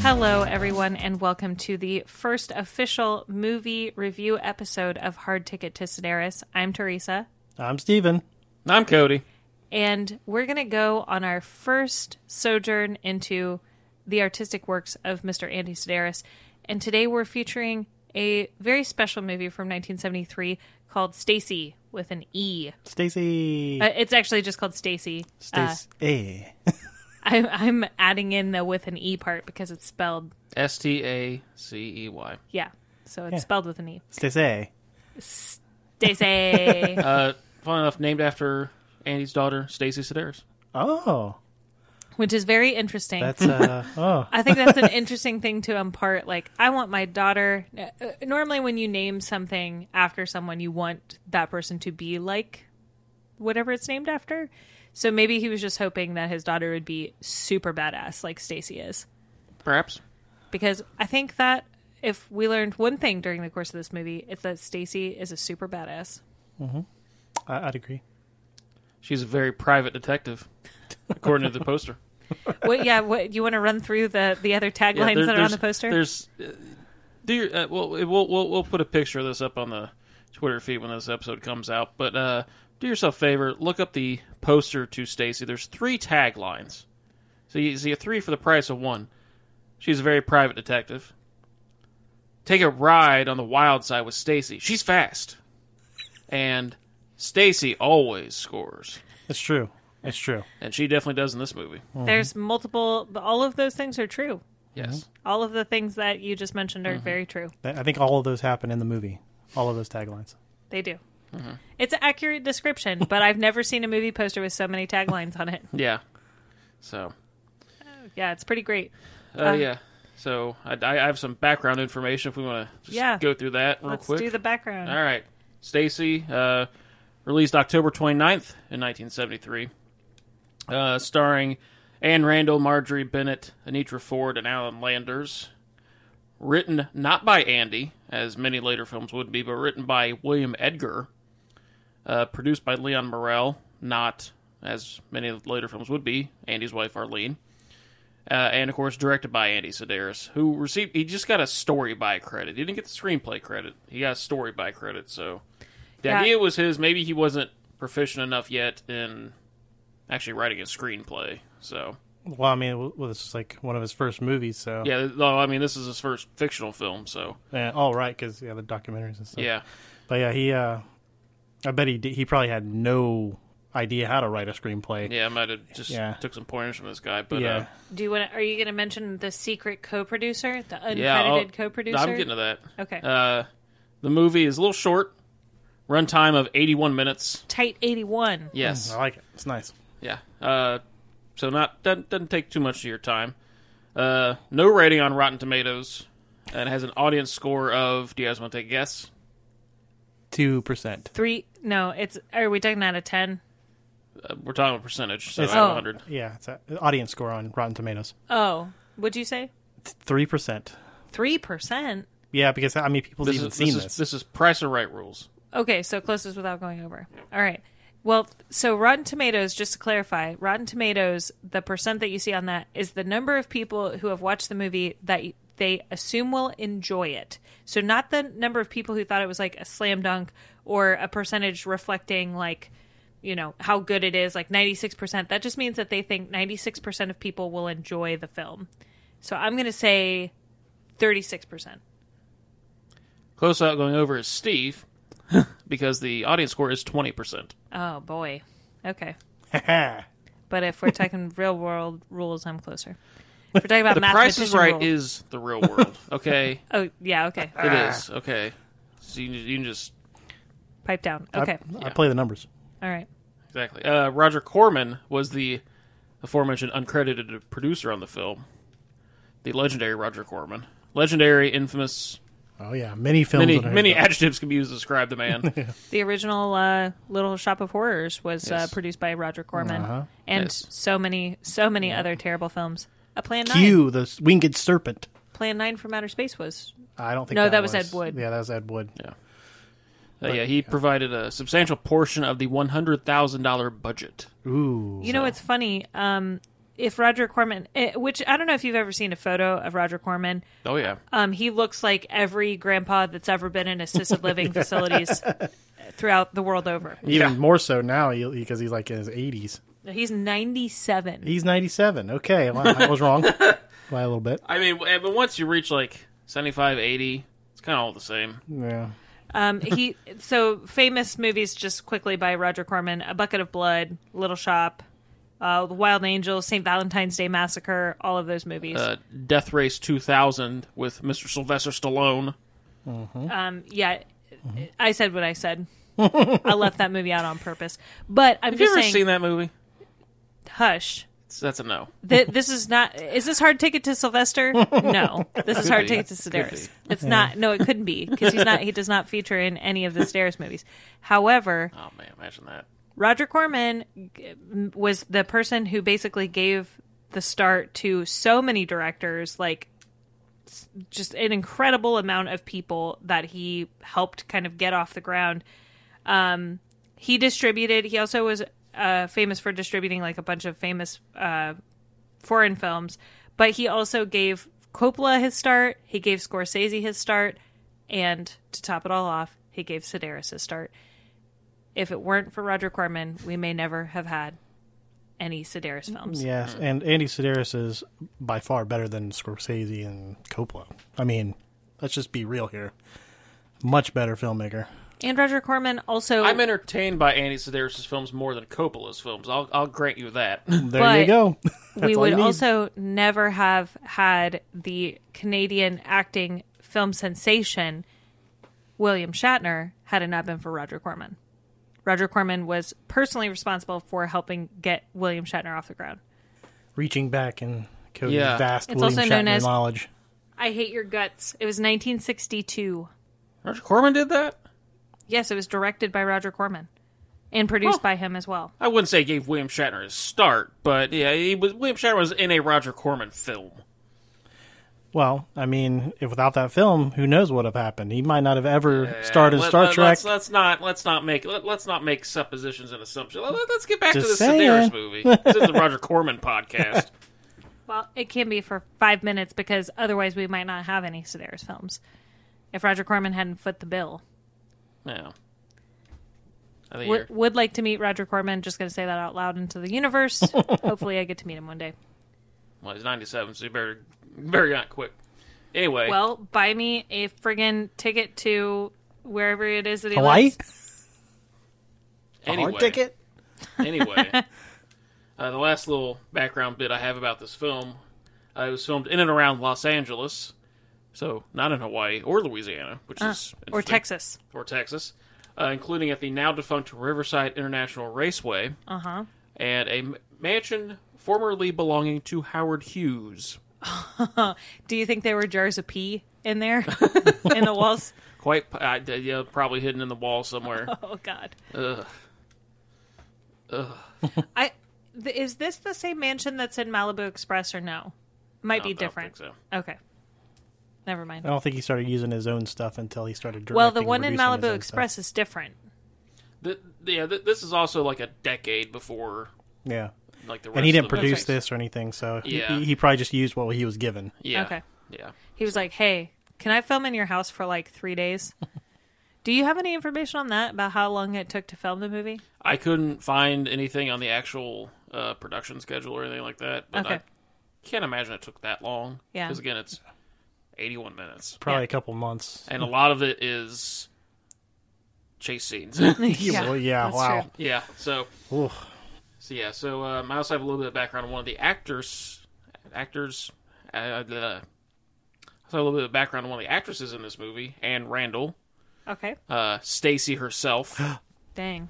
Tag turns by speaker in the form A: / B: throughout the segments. A: Hello, everyone, and welcome to the first official movie review episode of Hard Ticket to Sedaris. I'm Teresa,
B: I'm Steven.
C: I'm Cody.
A: and we're going to go on our first sojourn into the artistic works of Mr. Andy Sedaris. And today we're featuring a very special movie from 1973 called Stacy with an E.
B: Stacy.
A: Uh, it's actually just called Stacy. Uh,
B: Stacy. Hey.
A: I'm, I'm adding in the with an E part because it's spelled,
C: S T A C E Y.
A: yeah. So it's spelled with an E.
B: Stacy.
A: Stacy.
C: Uh, fun enough, named after Andy's daughter, Stacy Sedaris.
B: Oh,
A: which is very interesting.
B: that's uh. oh,
A: I think that's an interesting thing to impart. Like, I want my daughter. uh, uh, Normally, when you name something after someone, you want that person to be like whatever it's named after. So maybe he was just hoping that his daughter would be super badass, like Stacy is.
C: Perhaps.
A: Because I think that if we learned one thing during the course of this movie, it's that Stacy is a super badass.
B: I, I'd agree.
C: She's a very private detective, according to the poster.
A: What? Yeah. What? You want to run through the the other taglines
C: Yeah, there-
A: that are on
C: there's-
A: the poster?
C: There's, uh, do your, uh, well, it- we'll we'll we'll put a picture of this up on the Twitter feed when this episode comes out. But uh, do yourself a favor, look up the poster to Stacy. There's three taglines, so you see a three for the price of one. She's a very private detective. Take a ride on the wild side with Stacy. She's fast, and Stacy always scores,
B: It's true. It's true.
C: and she definitely does in this movie.
A: There's multiple. All of those things are true.
C: Yes.
A: All of the things that you just mentioned are
C: Mm-hmm.
A: very true.
B: Th- I think all of those happen in the movie. All of those taglines.
A: They do.
C: Mm-hmm.
A: It's an accurate description, but I've never seen a movie poster with so many taglines on it.
C: Yeah. So.
A: Yeah, it's pretty great. Ah.
C: Uh, yeah. So I, I have some background information if we want to
A: Yeah.
C: go through that real
A: Let's
C: quick.
A: do the background.
C: All right. Stacy, uh, released October 29th in 1973, uh, starring Anne Randall, Marjorie Bennett, Anitra Ford, and Alan Landers. Written not by Andy, as many later films would be, but written by William Edgar. Uh, produced by Leon Morel, not, as many later films would be, Andy's wife Arlene. Uh, and of course, directed by Andy Sedaris, who received he just got a story by credit. He didn't get the screenplay credit. He got a story by credit. So the
A: Yeah.
C: idea was his. Maybe he wasn't proficient enough yet in actually writing a screenplay. So
B: Well, I mean, w- well, this is like one of his first movies, so
C: yeah, though I mean, this is his first fictional film. So
B: yeah. all right, because yeah, the documentaries and stuff.
C: yeah,
B: but yeah, he. uh I bet he did, he probably had no idea how to write a screenplay.
C: yeah, I might have just
B: Yeah.
C: took some pointers from this guy. But
B: Yeah.
C: uh,
A: Do you want? to Are you going to mention the secret co-producer, the uncredited
C: yeah, I'll-
A: co-producer?
C: I'm getting to that.
A: Okay.
C: Uh, the movie is a little short, runtime of 81 minutes.
A: Tight eighty-one.
C: Yes.
B: I like it. It's nice.
C: Yeah. Uh, so not doesn't, doesn't take too much of your time. Uh, no rating on Rotten Tomatoes, and it has an audience score of. Do you guys want to take a guess?
B: Two percent.
A: Three. No, it's. Are we talking out of ten?
C: Uh, we're talking about percentage, so
B: It's-
C: out of
A: Oh.
C: 100.
B: Yeah, it's a, audience score on Rotten Tomatoes.
A: Oh, would you say
B: Three percent.
A: three percent?
B: Yeah, because I mean, people
C: This
B: even
C: is,
B: seen
C: this,
B: this.
C: is this is price or right rules.
A: Okay, so closest without going over. All right. Well, so Rotten Tomatoes, just to clarify, Rotten Tomatoes, the percent that you see on that is the number of people who have watched the movie that y- they assume will enjoy it. So not the number of people who thought it was like a slam dunk or a percentage reflecting like you know how good it is like 96% that just means that they think 96% of people will enjoy the film so i'm going to say 36%
C: Close out going over is Steve, because the audience score is 20%.
A: oh boy okay
B: Ha-ha.
A: But if we're talking real world rules, I'm closer. If we're talking about
C: The Price is
A: mathematician
C: Right
A: rule-
C: is the real world. Okay,
A: oh yeah okay
C: it
B: Ah.
C: is okay. So you, you can just
A: pipe down okay
B: I play the numbers.
A: all right
C: Exactly. Uh, Roger Corman was the aforementioned uncredited producer on the film. The legendary Roger Corman. Legendary, infamous.
B: Oh yeah, many films.
C: Many
B: that I heard
C: many
B: about.
C: adjectives can be used to describe the man.
A: the original uh, Little Shop of Horrors was uh,
C: Yes.
A: produced by Roger Corman
B: Uh-huh.
A: and
C: Yes.
A: so many so many other terrible films. A Plan Nine,
B: Q, the winged serpent.
A: Plan Nine from Outer Space was
B: I don't think.
A: No,
B: that,
A: that was Ed Wood.
B: Yeah, that was Ed Wood.
C: Yeah. Uh, yeah, he provided a substantial portion of the one hundred thousand dollar budget.
B: Ooh.
A: You know what's funny? Um, if Roger Corman, eh, which I don't know if you've ever seen a photo of Roger Corman,
C: Oh yeah,
A: um, he looks like every grandpa that's ever been in assisted living facilities throughout the world over.
B: Even
C: Yeah.
B: more so now because he's like in his 80s.
A: He's 97.
B: He's 97. Okay, well, I was wrong by a little bit.
C: I mean, w- eh, but once you reach like 75, 80, it's kind of all the same.
B: Yeah.
A: Um, he so famous movies just quickly by Roger Corman: A Bucket of Blood, Little Shop, uh, The Wild Angels, St. Valentine's Day Massacre. All of those movies.
C: Uh, Death Race two thousand with Mr. Sylvester Stallone.
A: um, yeah, I said what I said. I left that movie out on purpose. But I'm
C: Have you
A: just
C: ever
A: saying,
C: seen that movie?
A: hush.
C: It's- That's a no.
A: Th- this is not. Is this hard ticket to Sylvester? No, this is hard
C: be.
A: ticket to
C: Could
A: Sedaris. It's not. No, it couldn't be because he's not. He does not feature in any of the Sedaris movies. However,
C: Oh man, imagine that.
A: Roger Corman g- m- was the person who basically gave the start to so many directors, like s- just an incredible amount of people that he helped kind of get off the ground. Um, he distributed. He also was uh, famous for distributing like a bunch of famous uh, foreign films, but he also gave Coppola his start. He gave Scorsese his start, and to top it all off, he gave Sedaris his start if it weren't for Roger Corman, we may never have had any Sedaris films.
B: Yes, and Andy Sedaris is by far better than Scorsese and Coppola. I mean, let's just be real here. Much better filmmaker.
A: And Roger Corman also
C: I'm entertained by Andy Sedaris' films more than Coppola's films. I'll I'll grant you that.
B: There
A: But
B: you go.
A: we
B: all
A: would
B: you need.
A: also never have had the Canadian acting film sensation William Shatner had it not been for Roger Corman. Roger Corman was personally responsible for helping get William Shatner off the ground.
B: Reaching back and coding
C: Yeah.
B: vast
A: It's
B: William
A: also known
B: Shatner
A: as-
B: knowledge.
A: I Hate Your Guts. It was 1962.
C: Roger Corman did that.
A: Yes, it was directed by Roger Corman and produced
B: Oh.
C: Huh.
A: by him as well.
C: I wouldn't say he gave William Shatner his start, but yeah, he was William Shatner was in a Roger Corman film.
B: Well, I mean, if without that film, who knows what would have happened? He might not have ever started
C: Let-
B: Star
C: let-
B: Trek.
C: Let's, let's not let's not make let, us not make suppositions and assumptions. Let, us get back to
B: Just
C: the Sedaris
B: saying.
C: movie. This is the Roger Corman podcast.
A: Well, it can be for five minutes because otherwise we might not have any Sedaris films. If Roger Corman hadn't foot the bill,
C: Yeah, I think
A: would,
C: you're,
A: would like to meet Roger Corman. Just going to say that out loud into the universe. Hopefully, I get to meet him one day.
C: well, he's 97, so you better better not quick. Anyway,
A: Well, buy me a friggin' ticket to wherever it is that he
B: Hawaii?
A: lives.
C: anyway,
B: Hard ticket?
C: anyway, uh, the last little background bit I have about this film, uh, it was filmed in and around Los Angeles, so not in Hawaii or Louisiana, which is
A: Uh, or
C: interesting.
A: Texas.
C: or Texas, uh, including at the now defunct Riverside International Raceway
A: Uh huh.
C: and a m- mansion formerly belonging to Howard Hughes.
A: Do you think there were jars of pee in there in the walls?
C: Quite p- I- d- yeah, probably hidden in the wall somewhere.
A: Oh God.
C: Ugh.
A: I th- is this the same mansion that's in Malibu Express or no? Might
C: I
A: be
C: don't
A: different.
C: think so.
A: Okay. Never mind.
B: I don't think he started using his own stuff until he started directing.
A: Well, the
B: and
A: one in
B: producing his
A: Malibu
B: own
A: Express is different.
C: Th- yeah, th- this is also like a decade before
B: Stuff. Yeah.
C: like the rest
B: And he didn't
C: of the
B: produce
A: That's right.
B: this or anything, so he-
C: Yeah.
B: he, he probably just used what he was given.
C: Yeah.
A: Okay.
C: Yeah.
A: He was like, "Hey, can I film in your house for like three days?" Do you have any information on that about how long it took to film the movie?
C: I couldn't find anything on the actual uh, production schedule or anything like that, but I
A: Okay.
C: can't imagine it took that long.
A: Yeah.
C: Because again, it's 81 minutes.
B: Probably
A: Yeah.
B: a couple months.
C: and a lot of it is chase scenes.
B: Yeah, well, yeah, wow.
A: true.
C: yeah, so
B: Oof.
C: so yeah, so um, I also have a little bit of background on one of the actors, actors. Uh, uh, so a little bit of background on one of the actresses in this movie, Anne Randall,
A: Okay.
C: uh, Stacy herself,
A: Dang.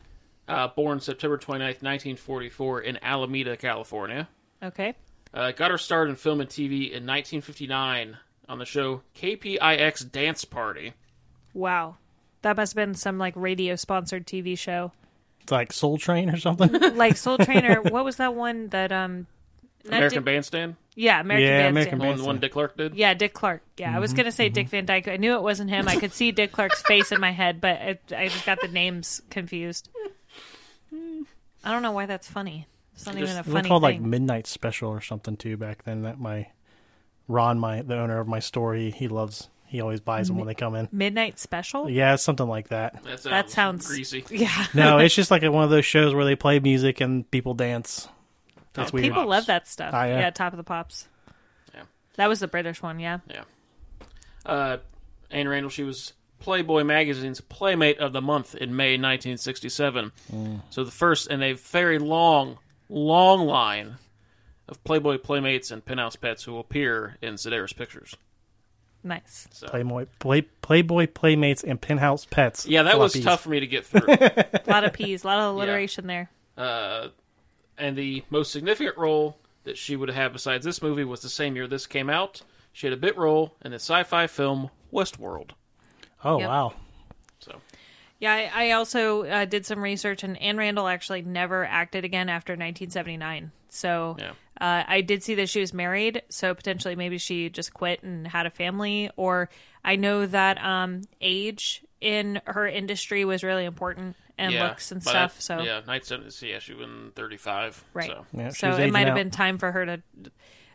C: uh, born September 29th, 1944, in Alameda, California.
A: Okay.
C: Uh, got her start in film and TV in 1959 on the show KPIX Dance Party.
A: Wow. That must have been some like radio sponsored TV show.
B: It's like Soul Train or something.
A: Like Soul Trainer, what was that one that um not
C: American
A: Di-
C: Bandstand?
A: Yeah, American
B: Yeah,
A: Bandstand.
B: American Mm-hmm.
C: The
B: Bandstand.
C: one, the one Dick Clark did.
A: Yeah, Dick Clark. Yeah, I was gonna say Dick Van Dyke. I knew it wasn't him. I could see Dick Clark's face in my head, but I, I just got the names confused. I don't know why that's funny. It's not
C: Just-
A: even a
B: It was
A: funny
B: called like
A: thing.
B: Midnight Special or something too back then. That my Ron, my the owner of my store, he, he loves. He always buys them when they come in.
A: Midnight Special.
B: Yeah, it's something like that.
C: That sounds,
A: That sounds-
C: greasy.
A: Yeah,
B: No, it's just like one of those shows where they play music and people dance. That's weird.
A: Oh, people love that stuff.
B: Ah,
A: yeah.
B: yeah.
A: Top of the Pops.
C: Yeah.
A: That was the British one. Yeah,
C: Yeah. Uh, Anne Randall, she was Playboy magazine's Playmate of the Month in May 1967. So the first in a very long, long line of Playboy playmates and penthouse pets who will appear in Sedaris Pictures.
A: nice.
C: So
B: Playboy, play, Playboy playmates and penthouse pets.
C: yeah, that was
B: Fluffies.
C: tough for me to get through.
A: A lot of P's, a lot of alliteration there.
C: uh, and the most significant role that she would have besides this movie was the same year this came out. She had a bit role in the sci-fi film Westworld.
B: Oh
A: Yep.
B: wow,
C: So
A: Yeah, I, I also uh, did some research, and Anne Randall actually never acted again after 1979. So
C: Yeah.
A: uh, I did see that she was married, so potentially maybe she just quit and had a family. Or I know that um, age in her industry was really important, and
C: yeah,
A: looks and
C: but
A: stuff.
C: I-
A: so
C: yeah, night seven. Yeah, she was in thirty-five.
A: right,
C: So.
B: Yeah, she
A: so
B: was
A: it
B: aging
A: might have
B: out.
A: been time for her to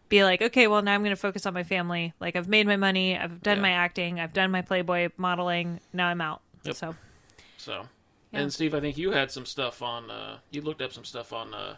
A: be like, okay, well now I'm going to focus on my family. Like I've made my money, I've done
C: Yeah.
A: my acting, I've done my Playboy modeling. Now I'm out.
C: Yep.
A: So
C: So,
A: Yeah.
C: and Steve, I think you had some stuff on. Uh, you looked up some stuff on uh,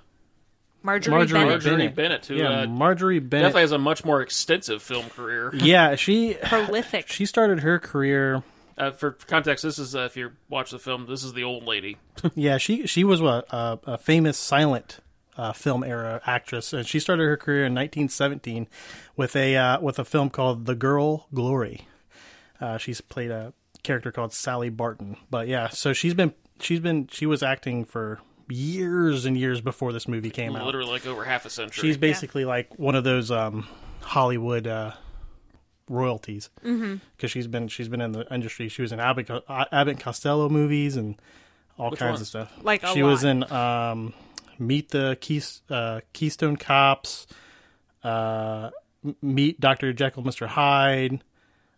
A: Marjorie,
B: Marjorie
A: Bennett.
C: Marjorie Bennett,
B: Bennett.
C: who
B: yeah,
C: uh,
B: Marjorie Bennett.
C: definitely has a much more extensive film career.
B: Yeah, she
A: prolific.
B: she started her career.
C: Uh, for context, this is uh, if you watch the film, this is the old lady.
B: Yeah, she she was a, a, a famous silent uh, film era actress, and she started her career in 1917 with a uh, with a film called The Girl Glory. Uh, she's played a character called Sally Barton, but yeah, so she's been she's been she was acting for years and years before this movie came out.
C: Literally, like over half a century.
B: Oh. She's basically like one of those um, Hollywood uh, royalties because
A: Mm-hmm.
B: she's been she's been in the industry. She was in Abbott, Co- uh, Abbott Costello movies and all kinds
C: one?
B: of stuff.
A: Like a
B: she was
A: lot.
B: in um, Meet the Keys, uh, Keystone Cops, uh, M- Meet Doctor Jekyll, Mister Hyde,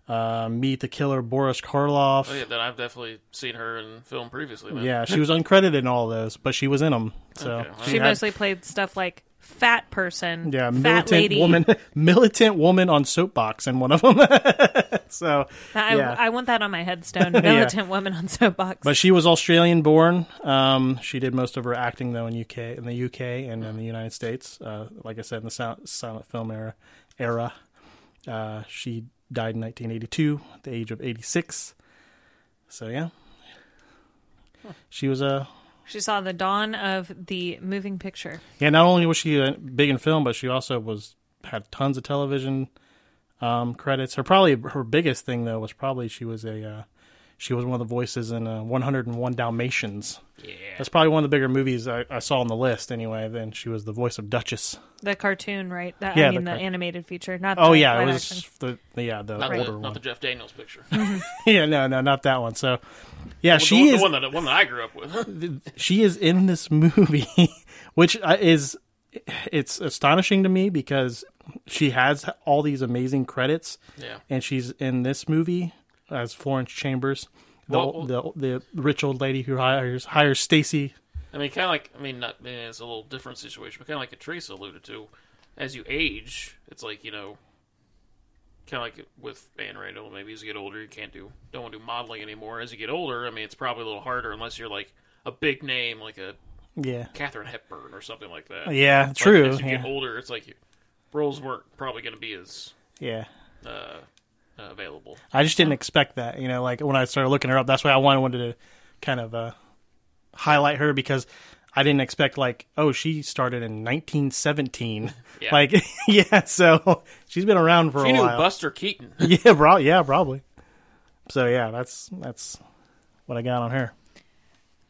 B: uh, Meet the Killer Boris Karloff.
C: Oh, yeah, then I've definitely seen her in film previously. Then.
B: Yeah, she was uncredited in all those, but she was in them. So
C: Okay, wow.
A: She
B: had-
A: mostly played stuff like fat person,
B: Yeah,
A: fat
B: militant
A: lady.
B: woman, militant woman on soapbox in one of them. so,
A: I,
B: yeah.
A: I want that on my headstone. Militant woman on soapbox.
B: but she was Australian born. Um, she did most of her acting though in UK, in the UK, and in the United States. Uh, like I said, in the silent, silent film era, era. Uh, she died in 1982 at the age of 86. So yeah, she was a
A: she saw the dawn of the moving picture.
B: Yeah, not only was she uh, big in film, but she also was had tons of television um, credits. Her probably her biggest thing though was probably she was a uh, she was one of the voices in uh, 101 Dalmatians.
C: yeah.
B: That's probably one of the bigger movies I, I saw on the list anyway. Then she was the voice of Duchess.
A: The cartoon, right? The, I
B: Yeah,
A: mean,
B: the
A: the,
B: car-
A: animated feature. Not
B: Oh
A: the
B: yeah, it
A: live
B: was
A: action.
B: the, the yeah the
C: Not,
B: older
C: the,
B: one.
C: not the Jeff Daniels picture.
B: yeah, no, no, not that one. So yeah,
C: The
B: she
C: one-
B: is
C: the one that the one that I grew up with.
B: she is in this movie, which I- is it's astonishing to me because she has all these amazing credits,
C: yeah.
B: and she's in this movie as Florence Chambers, the
C: Well-
B: the, the rich old lady who hires hires Stacy.
C: I mean, kind of like I mean, not, I mean, it's a little different situation, but kind of like Teresa alluded to, as you age, it's like you know, kind of like with Anne Randall. Maybe as you get older, you can't do don't want to do modeling anymore. As you get older, I mean, it's probably a little harder unless you're like a big name, like a
B: Yeah,
C: Catherine Hepburn or something like that. Like,
B: yeah, true.
C: as you
B: yeah.
C: get older, it's like your roles weren't probably going to be as
B: yeah.
C: uh, uh, available.
B: I just didn't expect that. You know, like when I started looking her up, that's why I wanted, wanted to kind of uh, highlight her because I didn't expect like, oh, she started in 1917.
C: Yeah.
B: Like, yeah, so she's been around for
C: She
B: a
C: knew
B: while.
C: Buster Keaton.
B: yeah, bro- yeah, probably. So yeah, that's that's what I got on her.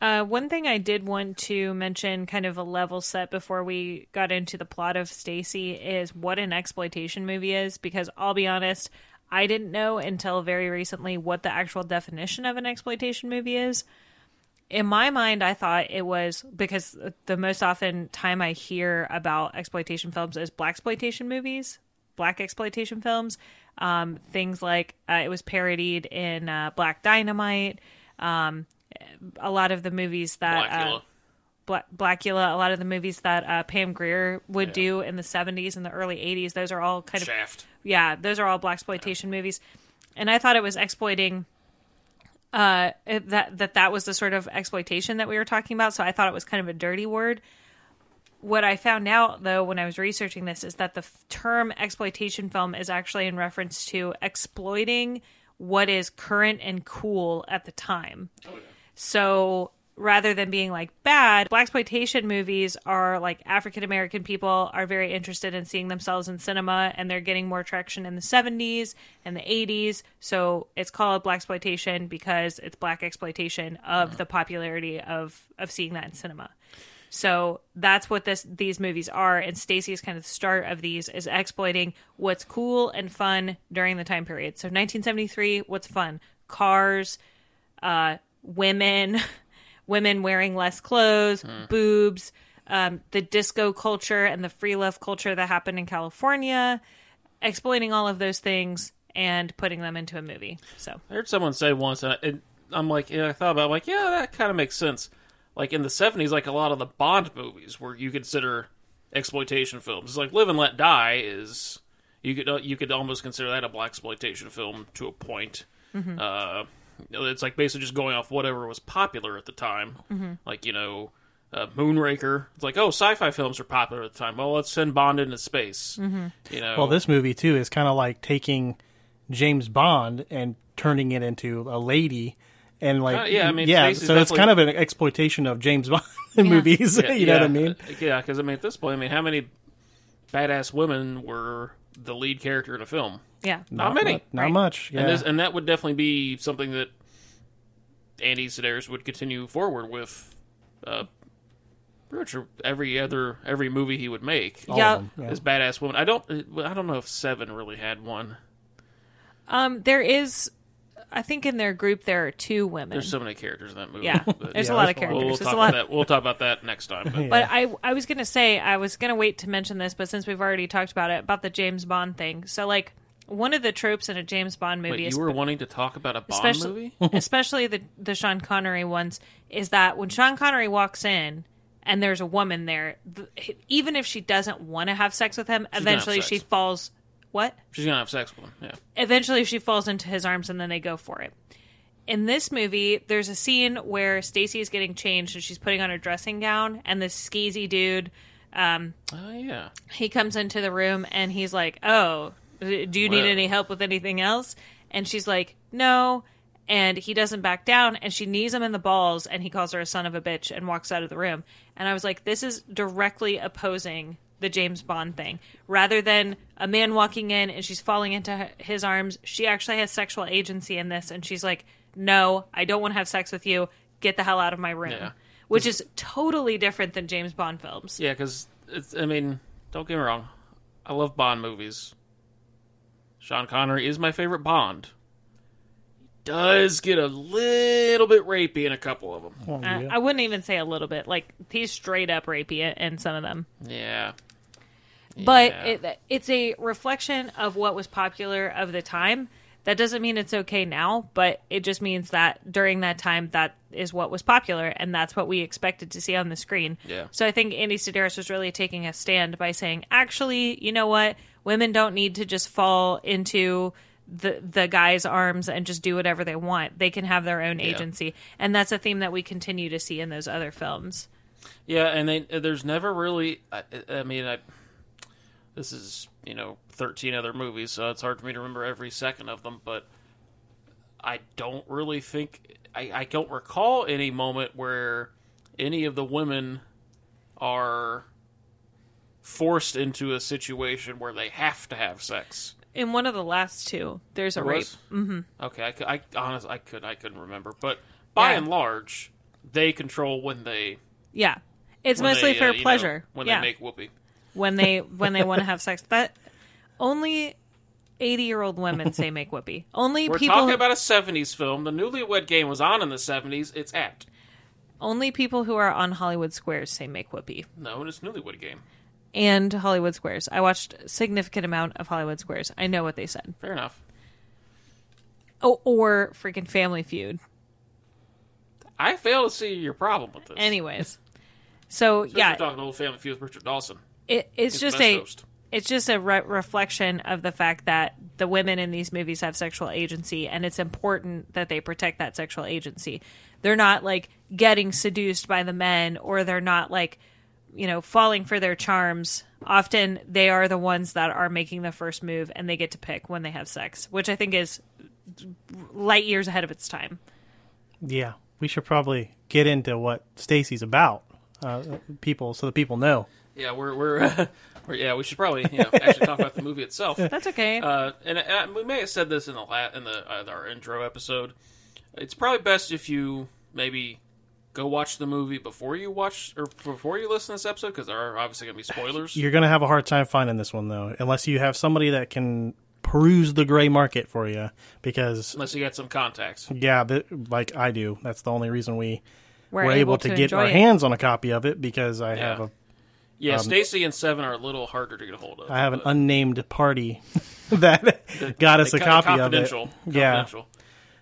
A: Uh, one thing I did want to mention, kind of a level set before we got into the plot of Stacy, is what an exploitation movie is. Because I'll be honest, I didn't know until very recently what the actual definition of an exploitation movie is. in my mind, I thought it was because the most often time I hear about exploitation films is black exploitation movies, black exploitation films. Um, things like uh, it was parodied in uh, Black Dynamite. Um, a lot of the movies that
C: Blackula.
A: uh, Bla- Blackula, a lot of the movies that uh, Pam Greer would do in the '70s and the early '80s. Those are all kind of
C: Shaft.
A: yeah, those are all black exploitation movies, and I thought it was exploiting uh, it- that that that was the sort of exploitation that we were talking about. So I thought it was kind of a dirty word. What I found out though when I was researching this is that the f- term exploitation film is actually in reference to exploiting what is current and cool at the time. So rather than being like bad, black exploitation movies are like African American people are very interested in seeing themselves in cinema and they're getting more traction in the 70s and the 80s. So it's called black exploitation because it's black exploitation of the popularity of of seeing that in cinema. So that's what this these movies are and Stacy's kind of the start of these is exploiting what's cool and fun during the time period. So 1973, what's fun? Cars, uh, women, women wearing less clothes, boobs, um, the disco culture and the free love culture that happened in California, explaining all of those things and putting them into a movie. So
C: I heard someone say once, and, I, and I'm like, yeah, I thought about, it, I'm like, yeah, that kind of makes sense. Like in the '70s, like a lot of the Bond movies were you consider exploitation films. It's like Live and Let Die is you could uh, you could almost consider that a black exploitation film to a point. Uh, you know, it's like basically just going off whatever was popular at the time. Like you know, uh, Moonraker. It's like oh, sci-fi films are popular at the time. Well, let's send Bond into space. You know,
B: Well, this movie too is kind of like taking James Bond and turning it into a lady, and like
C: Uh, yeah, I mean,
B: yeah.
C: Stacey's
B: So it's
C: definitely-
B: kind of an exploitation of James Bond movies. you know what I mean?
C: Yeah, because I mean, at this point, I mean, how many badass women were the lead character in a film?
A: yeah,
C: Not, many.
B: mu- Not
A: Right.
B: much. Yeah.
C: And, this, and that would definitely be something that Andy Sedaris would continue forward with. Uh, pretty much every other every movie he would make
B: All
A: Yeah.
B: of them, yeah.
C: is badass women. I don't I don't know if Seven really had one.
A: um, there is. I think in their group there are two women.
C: There's so many characters in that movie.
A: Yeah.
C: but-
A: There's
B: a
A: lot of
C: we'll-
A: characters.
C: We'll
A: There's
C: talk
A: a
C: about
A: lot.
C: that. We'll talk about that next time. But
A: But I I was gonna say I was gonna wait to mention this, but since we've already talked about it about the James Bond thing, so like one of the tropes in a James Bond movie
C: Wait,
A: is
C: you were wanting to talk about a Bond
A: especially
C: movie?
A: especially the the Sean Connery ones is that when Sean Connery walks in and there's a woman there, th- even if she doesn't want to have sex with him,
C: gonna have
A: eventually she
C: sex.
A: falls. What?
C: She's gonna have sex with him. Yeah.
A: eventually she falls into his arms and then they go for it. In this movie, there's a scene where Stacy is getting changed and she's putting on her dressing gown and this skeezy dude,
C: Oh yeah.
A: he comes into the room and he's like, "Oh, do you need
C: Well.
A: any help with anything else?" And she's like, "No." And he doesn't back down and she knees him in the balls and he calls her a son of a bitch and walks out of the room. And I was like, "This is directly opposing the James Bond thing. Rather than a man walking in and she's falling into h- his arms, she actually has sexual agency in this and she's like, "No, I don't want to have sex with you. Get the hell out of my room."
C: Yeah.
A: Which is totally different than James Bond films.
C: Yeah, because it's. I mean, don't get me wrong. I love Bond movies. Sean Connery is my favorite Bond. Does get a little bit rapey in a couple of them.
B: Oh,
A: I,
B: yeah.
A: I wouldn't even say a little bit. Like he's straight up rapey in- in some of them,
C: Yeah,
A: but
C: Yeah.
A: it, it's a reflection of what was popular of the time. That doesn't mean it's okay now, but it just means that during that time, that is what was popular, and that's what we expected to see on the screen.
C: Yeah.
A: So I think Andy Sedaris was really taking a stand by saying, actually, you know what? Women don't need to just fall into the the guy's arms and just do whatever they want. They can have their own agency, and that's a theme that we continue to see in those other films.
C: yeah, and they, uh, there's never really. I, I mean, I. This is you know 13 other movies, so it's hard for me to remember every second of them. But I don't really think I, I don't recall any moment where any of the women are forced into a situation where they have to have sex.
A: In one of the last two, there's a
C: There
A: rape.
C: was?
A: Mm-hmm.
C: Okay, I, cou- I honestly I could I couldn't remember, but by
A: Yeah.
C: and large, they control when they
A: Yeah, it's
C: when
A: mostly
C: they,
A: for
C: uh, you know,
A: pleasure.
C: when
A: yeah,
C: they make whoopee.
A: when they when they want to have sex. That only eighty year old women say make whoopee. Only
C: We're
A: people.
C: talking about a '70s film. The Newlywed Game was on in the '70s. It's apt.
A: only people who are on Hollywood Squares say make whoopee
C: No, it's Newlywood game.
A: and Hollywood Squares. I watched a significant amount of Hollywood Squares. I know what they said.
C: Fair enough.
A: Oh, or freaking Family Feud.
C: I fail to see your problem with this.
A: Anyways, so
C: Especially
A: yeah,
C: talking old family feud with Richard Dawson.
A: it, it's
C: He's
A: just
C: the best
A: a
C: host.
A: it's just a re- reflection of the fact that the women in these movies have sexual agency and it's important that they protect that sexual agency they're not like getting seduced by the men or they're not like you know falling for their charms often they are the ones that are making the first move and they get to pick when they have sex which i think is light years ahead of its time
B: Yeah, we should probably get into what Stacy's about, uh, people, so that people know.
C: Yeah, we're we're, uh, we're yeah. We should probably you know, actually talk about the movie itself.
A: that's okay
C: Uh, and, and we may have said this in the la- in the uh, our intro episode. It's probably best if you maybe go watch the movie before you watch or before you listen to this episode because there are obviously going to be spoilers.
B: You're gonna have a hard time finding this one though, unless you have somebody that can peruse the gray market for you. Because
C: Unless you got some contacts,
A: Um,
B: yeah, th- like I do, that's the only reason we
A: we're,
B: were able, to, get
A: enjoy
B: our
A: it.
B: hands on a copy of it because I have
C: Yeah.
B: a
C: yeah. Stacy and Seven are a little harder to get a hold of.
B: I have an
C: but
B: unnamed party that got us
C: they
B: a
C: cut-
B: copy of it.
C: confidential,
B: Yeah.
C: confidential.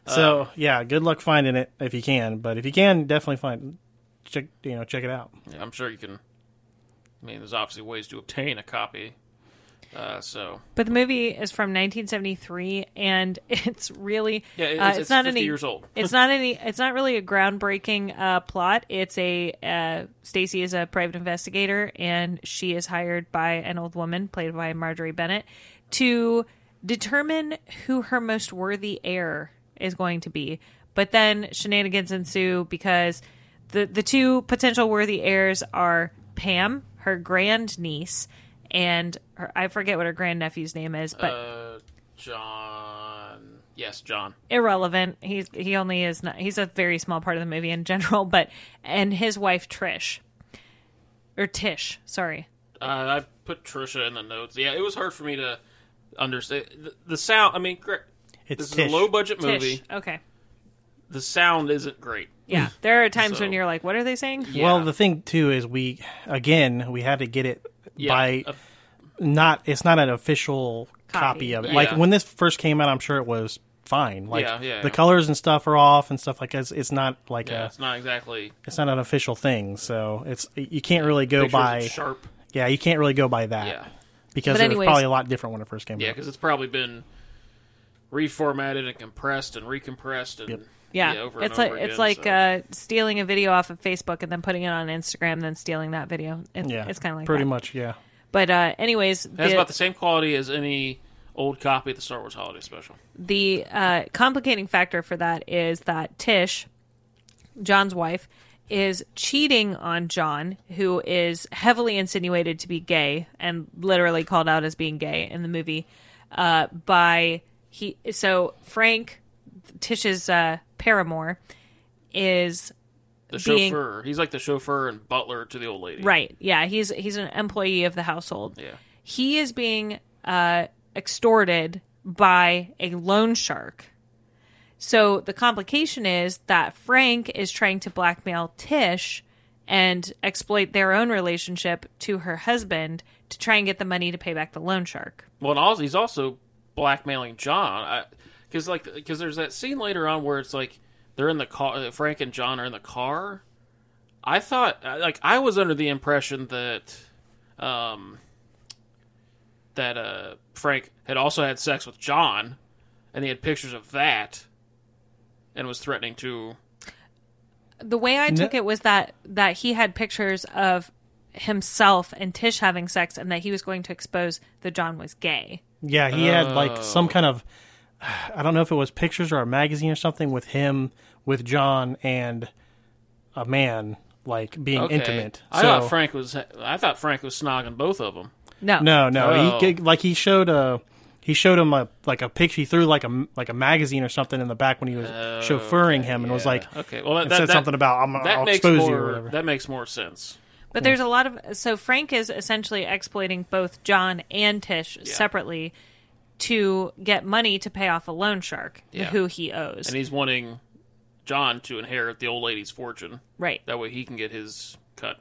C: Uh,
B: So yeah, good luck finding it if you can. But if you can, definitely find check you know check it out.
C: Yeah, I'm sure you can. I mean, there's obviously ways to obtain a copy. Uh, so
A: But the movie is from 1973, and it's really
C: Yeah, it-
A: uh,
C: it's- it's
A: not
C: 50
A: any
C: years old.
A: it's not any. It's not really a groundbreaking uh, plot. It's a uh, Stacy is a private investigator, and she is hired by an old woman played by Marjorie Bennett to determine who her most worthy heir is going to be. But then shenanigans ensue because the the two potential worthy heirs are Pam, her grand niece, and her, I forget what her grandnephew's name is, but
C: uh, John, yes, John.
A: irrelevant. He's he only is not, he's a very small part of the movie in general, but and his wife Trish or Tish, sorry.
C: Uh, I put Trisha in the notes. Yeah, it was hard for me to understand the, the sound. I mean, correct.
B: It's
C: This
B: Tish.
C: is a low budget
A: Tish.
C: movie.
A: Okay.
C: The sound isn't great.
A: Yeah. There are times
C: So-
A: when you're like, what are they saying?
C: Yeah.
B: Well, the thing too is we again we had to get it
C: Yeah,
B: by
C: uh,
B: not it's not an official copy,
A: Copy,
B: of it.
A: yeah.
B: Like
C: Yeah.
B: when this first came out, I'm sure it was fine. Like
C: Yeah, yeah,
B: the
C: yeah.
B: colors and stuff are off and stuff like that. It's, it's not like
C: yeah,
B: a
C: it's not exactly
B: it's not an official thing. So it's you can't really go
C: pictures
B: by
C: by sharp.
B: yeah you can't really go by that
C: Yeah,
B: because
A: But
B: it was
A: anyways-
B: probably a lot different when it first came
C: yeah,
B: out.
C: because it's probably been reformatted and compressed and recompressed and
A: Yeah.
C: over and
A: it's like
C: over
A: it's
C: again,
A: like
C: so.
A: uh, stealing a video off of Facebook and then putting it on Instagram, then stealing that video. It,
B: Yeah,
A: It's kinda like
B: pretty
A: that.
B: much yeah.
A: But uh anyways
C: It has
A: the-
C: about the same quality as any old copy of the Star Wars Holiday Special.
A: the uh, complicating factor for that is that Tish, John's wife, is cheating on John, who is heavily insinuated to be gay and literally called out as being gay in the movie. Uh, by he, so Frank, Tish's uh, paramour, is
C: The
A: Being-
C: chauffeur, he's like the chauffeur and butler to the old lady.
A: Right. Yeah. He's he's an employee of the household.
C: Yeah.
A: He is being uh, extorted by a loan shark. So the complication is that Frank is trying to blackmail Tish and exploit their own relationship to her husband to try and get the money to pay back the loan shark.
C: Well, and also he's also blackmailing John because like because there's that scene later on where it's like they're in the car. uh, Frank and John are in the car. I thought I- like I was under the impression that um that uh Frank had also had sex with John, and he had pictures of that, and was threatening to.
A: The way I took it was that that he had pictures of himself and Tish having sex and that he was going to expose that John was gay.
B: Yeah, he had like
C: Oh.
B: some kind of I don't know if it was pictures or a magazine or something with him with John and a man like being
C: Okay.
B: intimate.
C: I
B: so
C: thought Frank was. I thought Frank was snogging both of them.
A: No.
B: no, no,
C: Oh.
B: he like he showed a he showed him a like a picture. He threw like a like a magazine or something in the back when he was chauffeuring him and was
C: Yeah.
B: like
C: okay, well, that,
B: and
C: that,
B: said
C: that-
B: something about I'm,
C: that
B: I'll
C: makes
B: expose
C: more,
B: you or whatever.
C: That makes more sense.
A: But there's a lot of so Frank is essentially exploiting both John and Tish separately to get money to pay off a loan shark
C: Yeah.
A: who he owes.
C: and he's wanting John to inherit the old lady's fortune.
A: Right.
C: That way he can get his cut.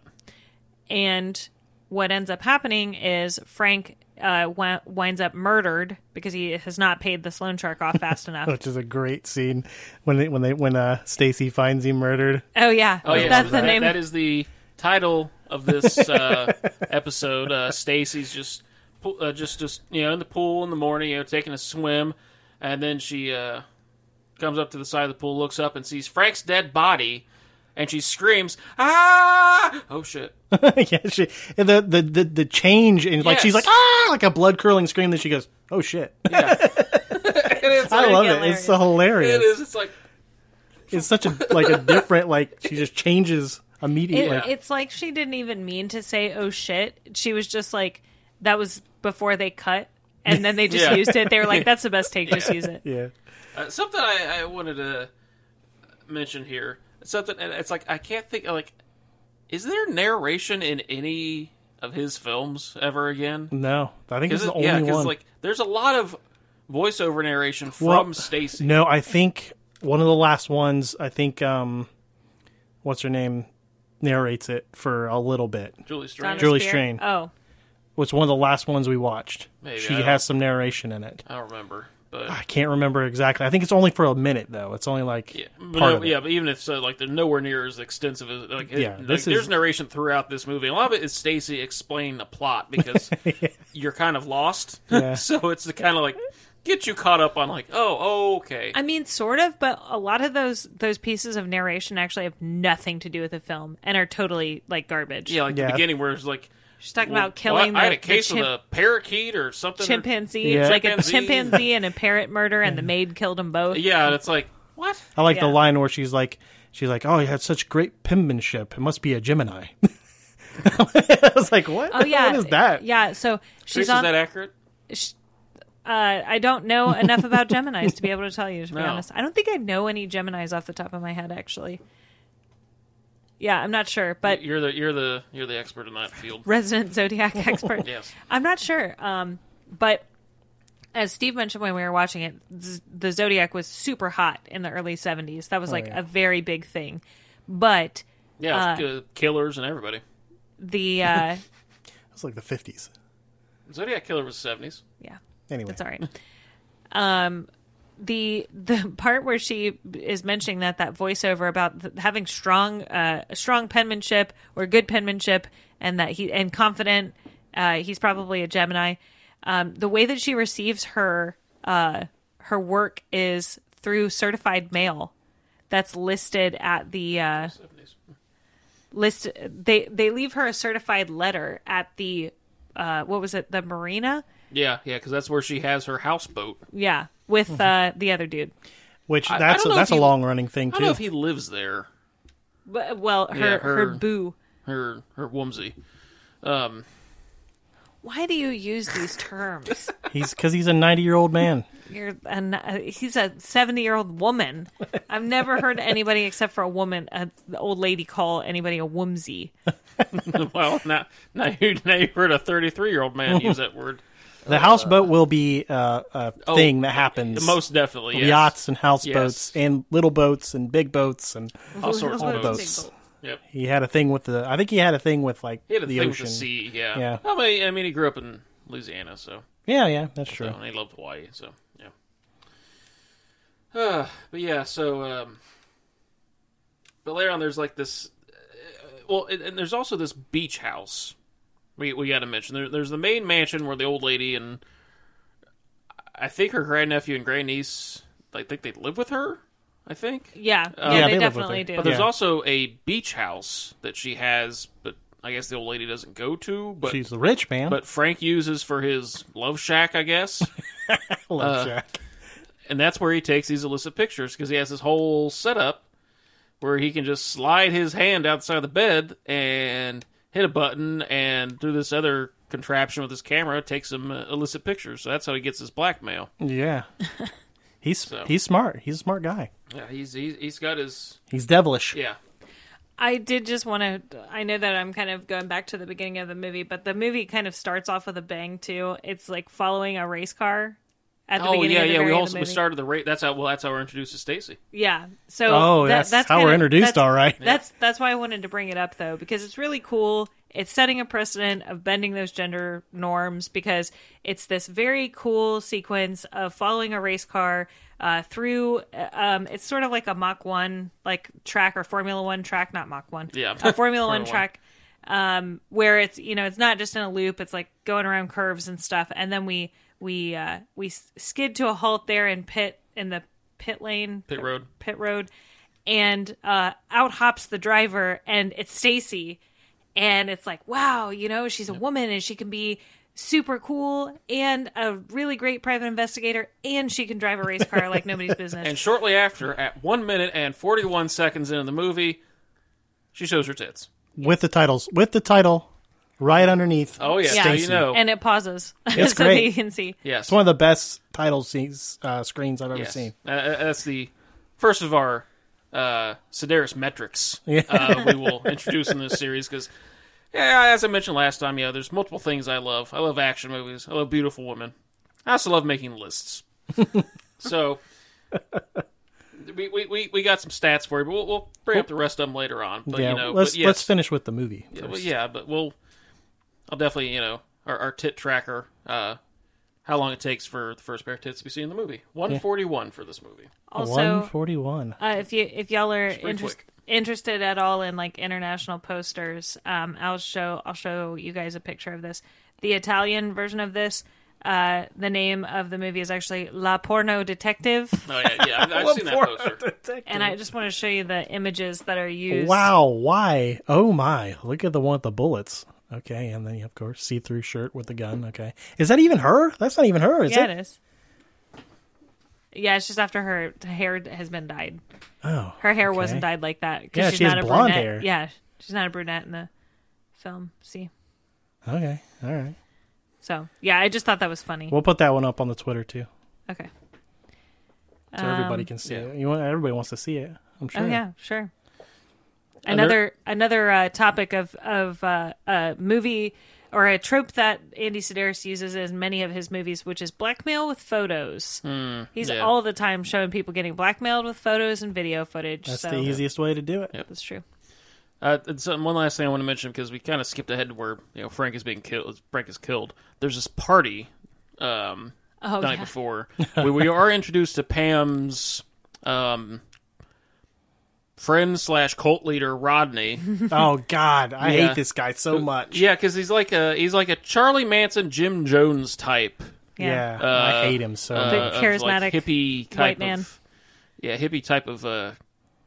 A: And what ends up happening is Frank uh, wi- winds up murdered because he has not paid this loan shark off fast enough.
B: which is a great scene when they when they when uh Stacy finds him murdered.
A: Oh yeah,
C: Oh yeah,
A: that's
C: that-
A: the name.
C: That is the title of this uh, episode. Uh, Stacy's just, pu- uh, just, just you know, in the pool in the morning, you know, taking a swim, and then she uh, comes up to the side of the pool, looks up, and sees Frank's dead body, and she screams, "Ah! Oh shit!"
B: yeah, she and the, the the the change in like she's
C: Yes.
B: like ah like a blood curling scream. Then she goes oh shit.
C: Yeah, it's,
B: I love it.
A: hilarious.
B: It's so hilarious.
C: it is. It's like
B: It's such a like a different like she just changes immediately.
A: It-
B: Like,
A: It's like she didn't even mean to say "oh shit." She was just like, "That was before they cut," and then they just
C: Yeah.
A: used it. They were like, "That's the best take. Just use it."
B: yeah.
C: Uh, something I, I wanted to mention here. Something and it's like I can't think like is there narration in any of his films ever again?
B: No, I think it's
C: Is
B: the
C: it,
B: only
C: yeah,
B: one.
C: because like there's a lot of voiceover narration from
B: Well,
C: Stacy.
B: No, I think one of the last ones. I think um, what's her name narrates it for a little bit.
C: Julie
A: Donna
C: Strange.
B: Julie
A: Spear-
B: Strain.
A: Oh,
B: It's one of the last ones we watched.
C: Maybe,
B: she
C: I don't-
B: has some narration in it.
C: I don't remember, but
B: I can't remember exactly. I think it's only for a minute though. It's only like
C: yeah, but,
B: part
C: no-
B: of it.
C: yeah. But even if so, like they're nowhere near as extensive as like, it-
B: Yeah,
C: like,
B: this
C: there's
B: is-
C: narration throughout this movie. A lot of it is Stacy explaining the plot because you're kind of lost.
B: Yeah.
C: so it's the kind of like get you caught up on like oh, oh okay.
A: I mean, sort of, but a lot of those those pieces of narration actually have nothing to do with the film and are totally like garbage.
C: Yeah, like
B: Yeah.
C: the beginning where it's like
A: She's talking
C: well,
A: about killing
C: well, I had
A: the,
C: a case
A: the chimp-
C: of a parakeet or something. or-
A: chimpanzee.
B: Yeah.
A: It's like
C: Chimpanzee.
A: a chimpanzee and a parrot murder, and the maid killed them both.
C: yeah, and it's like what?
B: I like the
A: yeah.
B: line where she's like, she's like, "Oh, you had such great penmanship. It must be a Gemini." I was like, "What?
A: Oh yeah,
B: what is that?"
A: Yeah, so she's
C: Chris,
A: on.
C: is that accurate?
A: sh- uh, I don't know enough about Gemini's to be able to tell you. To be
C: No.
A: honest, I don't think I know any Gemini's off the top of my head. Actually, yeah, I'm not sure, but
C: You're the you're the you're the expert in that field.
A: resident zodiac expert.
C: Yes.
A: I'm not sure. Um, but as Steve mentioned when we were watching it, z- the Zodiac was super hot in the early 70s. That was like
B: yeah.
A: a very big thing. But
C: Yeah, it's, uh, killers and everybody.
A: the uh,
B: It's like the fifties.
C: Zodiac killer was seventies.
A: yeah,
B: Anyway,
A: that's all right. Um, the the part where she is mentioning that that voiceover about th- having strong uh strong penmanship or good penmanship and that he and confident uh he's probably a gemini um the way that she receives her uh her work is through certified mail that's listed at the uh
C: Seventies.
A: list they they leave her a certified letter at the uh what was it the marina
C: Yeah, yeah, because that's where she has her houseboat.
A: yeah with
C: Mm-hmm.
A: uh the other dude
B: which
C: I
B: that's a,
C: don't know
B: that's
C: if
B: a
C: he-
B: long running thing
C: I don't know
B: too.
C: if he lives there.
A: But- well her,
C: Yeah,
A: her
C: her-
A: boo
C: Her her Woomsy. Um,
A: why do you use these terms
B: He's because he's a ninety year old man.
A: you're an, uh, he's a 70 year old woman i've never heard anybody except for a woman a the old lady call anybody a woomsy
C: well, now now you now you heard a thirty three year old man use that word.
B: The houseboat will be uh, a thing that happens.
C: oh, Most definitely, yes.
B: yachts and houseboats
C: Yes.
B: and little boats and big boats and
C: all sorts
B: all
C: of boats.
B: boats.
C: Yep.
B: He had a thing with the. I think he had a thing with like
C: He had a
B: the
C: thing
B: ocean.
C: with the sea, yeah.
B: Yeah.
C: I mean, I mean, he grew up in Louisiana, so
B: Yeah, yeah, that's true.
C: Oh, and he loved Hawaii, so yeah. Uh, but yeah, so um, but later on, there's like this. Uh, well, and, and there's also this beach house. We we got to mention there, there's the main mansion where the old lady and I think her grandnephew and grandniece. I think they live with her. I think.
A: yeah
C: Oh.
A: yeah,
C: Yeah,
A: they,
B: they live with
A: definitely
B: her.
A: do
C: But there's
B: Yeah.
C: also a beach house that she has, but I guess the old lady doesn't go to. But
B: She's the rich man.
C: but Frank uses for his love shack, I guess. uh,
B: Love Jack.
C: and that's where he takes these illicit pictures because he has this whole setup where he can just slide his hand outside the bed and hit a button, and through this other contraption with his camera, takes some uh, illicit pictures. So that's how he gets his blackmail.
B: Yeah. He's he's smart. He's a smart guy.
C: Yeah, he's he's, he's got his
B: He's devilish.
C: yeah.
A: I did just want to. I know that I'm kind of going back to the beginning of the movie, but the movie kind of starts off with a bang too. It's like following a race car at the
C: oh
A: beginning.
C: yeah,
A: of the
C: yeah.
A: very
C: We
A: end of
C: also
A: the
C: we
A: movie.
C: started the rate. That's how well. That's how we're introduced to Stacy.
A: Yeah. So
B: Oh,
A: that-
B: that's,
A: that's
B: how we're
A: kinda-
B: introduced.
A: that's-
B: All right.
A: That's that's why I wanted to bring it up though, because it's really cool. It's setting a precedent of bending those gender norms because it's this very cool sequence of following a race car uh, through. uh, Um, it's sort of like a Mach One like track or Formula One track, not Mach One.
C: Yeah.
A: a Formula One
C: Formula One.
A: track. Um, where it's you know it's not just in a loop, it's like going around curves and stuff, and then we we uh, we s- skid to a halt there in pit in the pit lane
C: Pit road.
A: pit road and uh, out hops the driver and it's stacy and it's like wow you know she's a woman and she can be super cool and a really great private investigator and she can drive a race car like nobody's business
C: And shortly after, at one minute and forty-one seconds into the movie, she shows her tits.
B: with the titles, with the title right underneath.
C: Oh yeah, so
A: Stacy.
C: you know.
A: And it pauses
B: It's
A: so that
B: great.
A: you can see
C: yes,
B: It's one of the best title scenes, uh, screens I've ever
C: yes.
B: seen.
C: Uh, uh, that's the first of our uh, Sedaris metrics uh, we will introduce in this series because. Yeah, as I mentioned last time, yeah, there's multiple things I love. I love action movies. I love beautiful women. I also love making lists. so we, we, we, we got some stats for you, but we'll, we'll bring up the rest of them later on. But
B: yeah,
C: you know,
B: let's
C: but yes,
B: let's finish with the movie.
C: Yeah, well,
B: first.
C: yeah, but we'll. I'll definitely, you know, our, our tit tracker. Uh, how long it takes for the first pair of tits to be seen in the movmovie? One forty-one for this movie.
A: also
B: 141.
A: uh, if you if y'all are
C: pretty
A: interest,
C: quick.
A: interested at all in like international posters, um, I'll show I'll show you guys a picture of this. The Italian version of this, uh, the name of the movie is actually La Porno Detective,
C: Oh yeah, yeah, I've, I've seen that poster.
A: and I just want to show you the images that are used.
B: Wow, why? Oh my. Look at the one with the bullets. Okay, and then of course, see-through shirt with the gun. Okay. Is that even her? That's not even her, is
A: yeah,
B: it?
A: it is. Yeah, it's just after her hair has been dyed.
B: Oh.
A: Her hair
B: okay.
A: wasn't dyed like that. 'cause
B: Yeah,
A: she's
B: she has
A: not a
B: blonde
A: brunette.
B: hair.
A: Yeah, she's not a brunette in the film. See,
B: Okay. All right.
A: so yeah, I just thought that was funny.
B: We'll put that one up on the Twitter too.
A: okay.
B: So everybody can see
C: yeah.
B: it. You want everybody wants to see it. I'm sure.
A: Um, Oh yeah, sure. Another
C: Another-
A: another uh, topic of of uh, a movie or a trope that Andy Sedaris uses in many of his movies, which is blackmail with photos. He's
C: Hmm, yeah.
A: all the time showing people getting blackmailed with photos and video footage.
B: That's
A: so
B: the easiest way to do it.
A: That's true.
C: Uh, and so- one last thing I want to mention because we kind of skipped ahead to where you know Frank is being killed. Frank is killed. There's this party um,
A: Oh
C: the night
A: yeah.
C: before. we, we are introduced to Pam's um, friend slash cult leader Rodney.
B: Oh God, I
C: Yeah.
B: hate this guy so much.
C: yeah, because he's like a he's like a Charlie Manson, Jim Jones type.
B: Yeah,
C: Uh,
B: I hate him so.
C: uh,
B: much.
A: Big
C: of,
A: charismatic
C: like, hippie type
A: white
C: of,
A: man.
C: Yeah, hippie type of uh,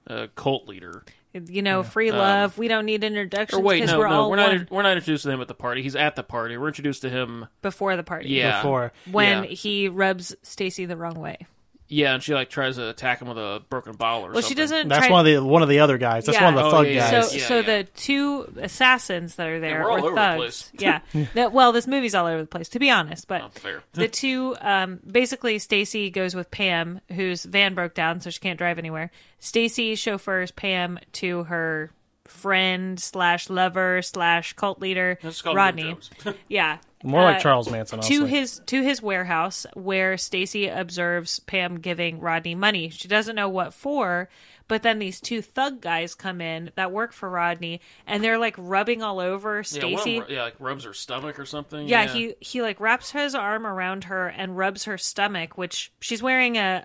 C: uh, cult leader.
A: You know, free love. we don't need introductions
C: Um, Or wait,
A: because
C: no,
A: we're
C: no,
A: all
C: we're not.
A: one
C: We're not introduced to him at the party. He's at the party. We're introduced to him.
A: before the party.
C: Yeah,
B: Before
A: When
C: Yeah.
A: he rubs Stacy the wrong way.
C: yeah, and she like tries to attack him with a broken bottle or
A: Well,
C: something.
A: she doesn't.
B: that's
A: try-
B: one of the one of the other guys. That's
A: Yeah.
B: one of the
A: Oh,
B: thug
C: yeah,
B: guys.
A: So,
C: Yeah,
A: so
C: yeah.
A: the two assassins that are there
C: we're all
A: or
C: over the
A: thugs.
C: place.
A: Yeah. That- well, this movie's all over the place, to be honest. But
C: Not fair.
A: the two, um, basically, Stacy goes with Pam, whose van broke down, so she can't drive anywhere. Stacy chauffeurs Pam to her friend slash lover slash cult leader
C: Let's call him Jim
A: Rodney.
C: Jones.
A: yeah.
B: More like
A: Uh,
B: Charles Manson. Honestly.
A: to his to his warehouse where Stacy observes Pam giving Rodney money. She doesn't know what for, but then these two thug guys come in that work for Rodney and they're like rubbing all over
C: Yeah, one of
A: Stacy.
C: them, yeah, like rubs her stomach or something.
A: Yeah, he he like wraps his arm around her and rubs her stomach, which she's wearing a,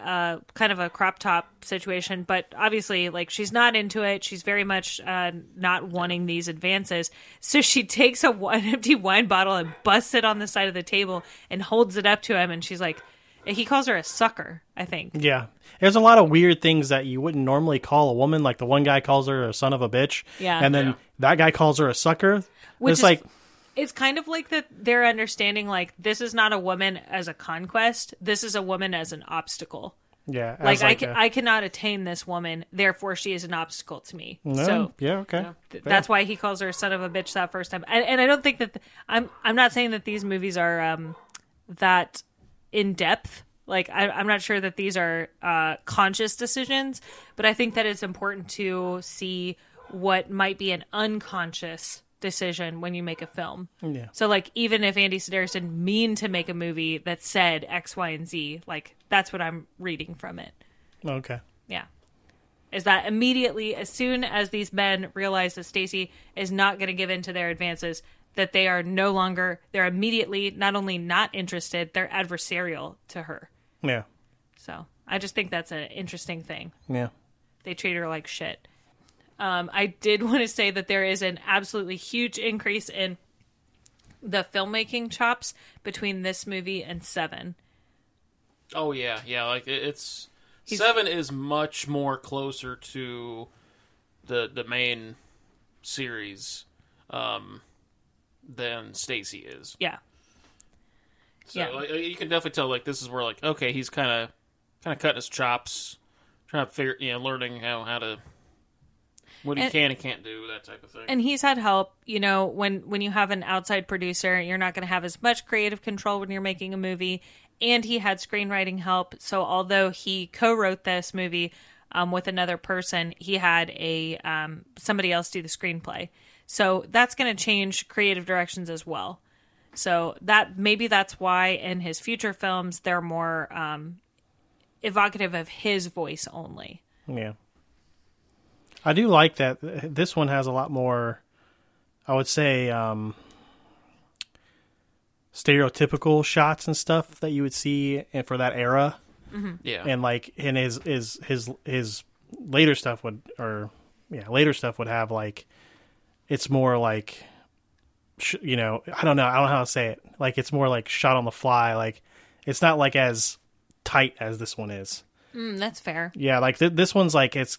A: a kind of a crop top situation, but obviously like she's not into it. She's very much uh, not wanting these advances, so she takes a one empty wine bottle and busts it on the side of the table and holds it up to him, and she's like, he calls her a sucker, I think.
B: Yeah. There's a lot of weird things that you wouldn't normally call a woman. Like the one guy calls her a son of a bitch.
A: Yeah.
B: And then
C: Yeah.
B: that guy calls her a sucker.
A: Which
B: it's
A: is-
B: like,
A: It's kind of like that they're understanding like this is not a woman as a conquest, this is a woman as an obstacle.
B: yeah. I
A: like,
B: was
A: I, ca-
B: uh,
A: I cannot attain this woman therefore she is an obstacle to me
B: no,
A: so
B: yeah, okay.
A: th- that's why he calls her a son of a bitch that first time and, and i don't think that th- i'm i'm not saying that these movies are um that in depth like I, i'm not sure that these are uh conscious decisions but i think that it's important to see what might be an unconscious decision when you make a film.
B: Yeah.
A: So like even if Andy Sedaris didn't mean to make a movie that said X, Y, and Z, like that's what I'm reading from it.
B: Okay.
A: Yeah. Is that immediately as soon as these men realize that Stacy is not going to give in to their advances, that they are no longer they're immediately not only not interested, they're adversarial to her.
B: Yeah.
A: So I just think that's an interesting thing.
B: Yeah.
A: They treat her like shit. Um, I did want to say that there is an absolutely huge increase in the filmmaking chops between this movie and Seven.
C: Oh yeah, yeah. Like it, it's
A: He's-
C: seven is much more closer to the the main series um, than Stacy is.
A: Yeah,
C: So
A: Yeah.
C: like, you can definitely tell like this is where like okay he's kind of kind of cutting his chops, trying to figure you know learning how how to what he
A: And-
C: can and can't do that type of thing.
A: and he's had help you know when when you have an outside producer you're not going to have as much creative control when you're making a movie and he had screenwriting help so although he co-wrote this movie um, with another person he had a um, somebody else do the screenplay so that's going to change creative directions as well so that maybe that's why in his future films they're more um, evocative of his voice only
B: Yeah. I do like that. This one has a lot more, I would say, um, stereotypical shots and stuff that you would see and for that era.
C: yeah,
B: and like in his his his his later stuff would or yeah later stuff would have like it's more like sh- you know i don't know i don't know how to say it like it's more like shot on the fly like it's not like as tight as this one is
A: mm, that's fair
B: yeah like th- this one's like it's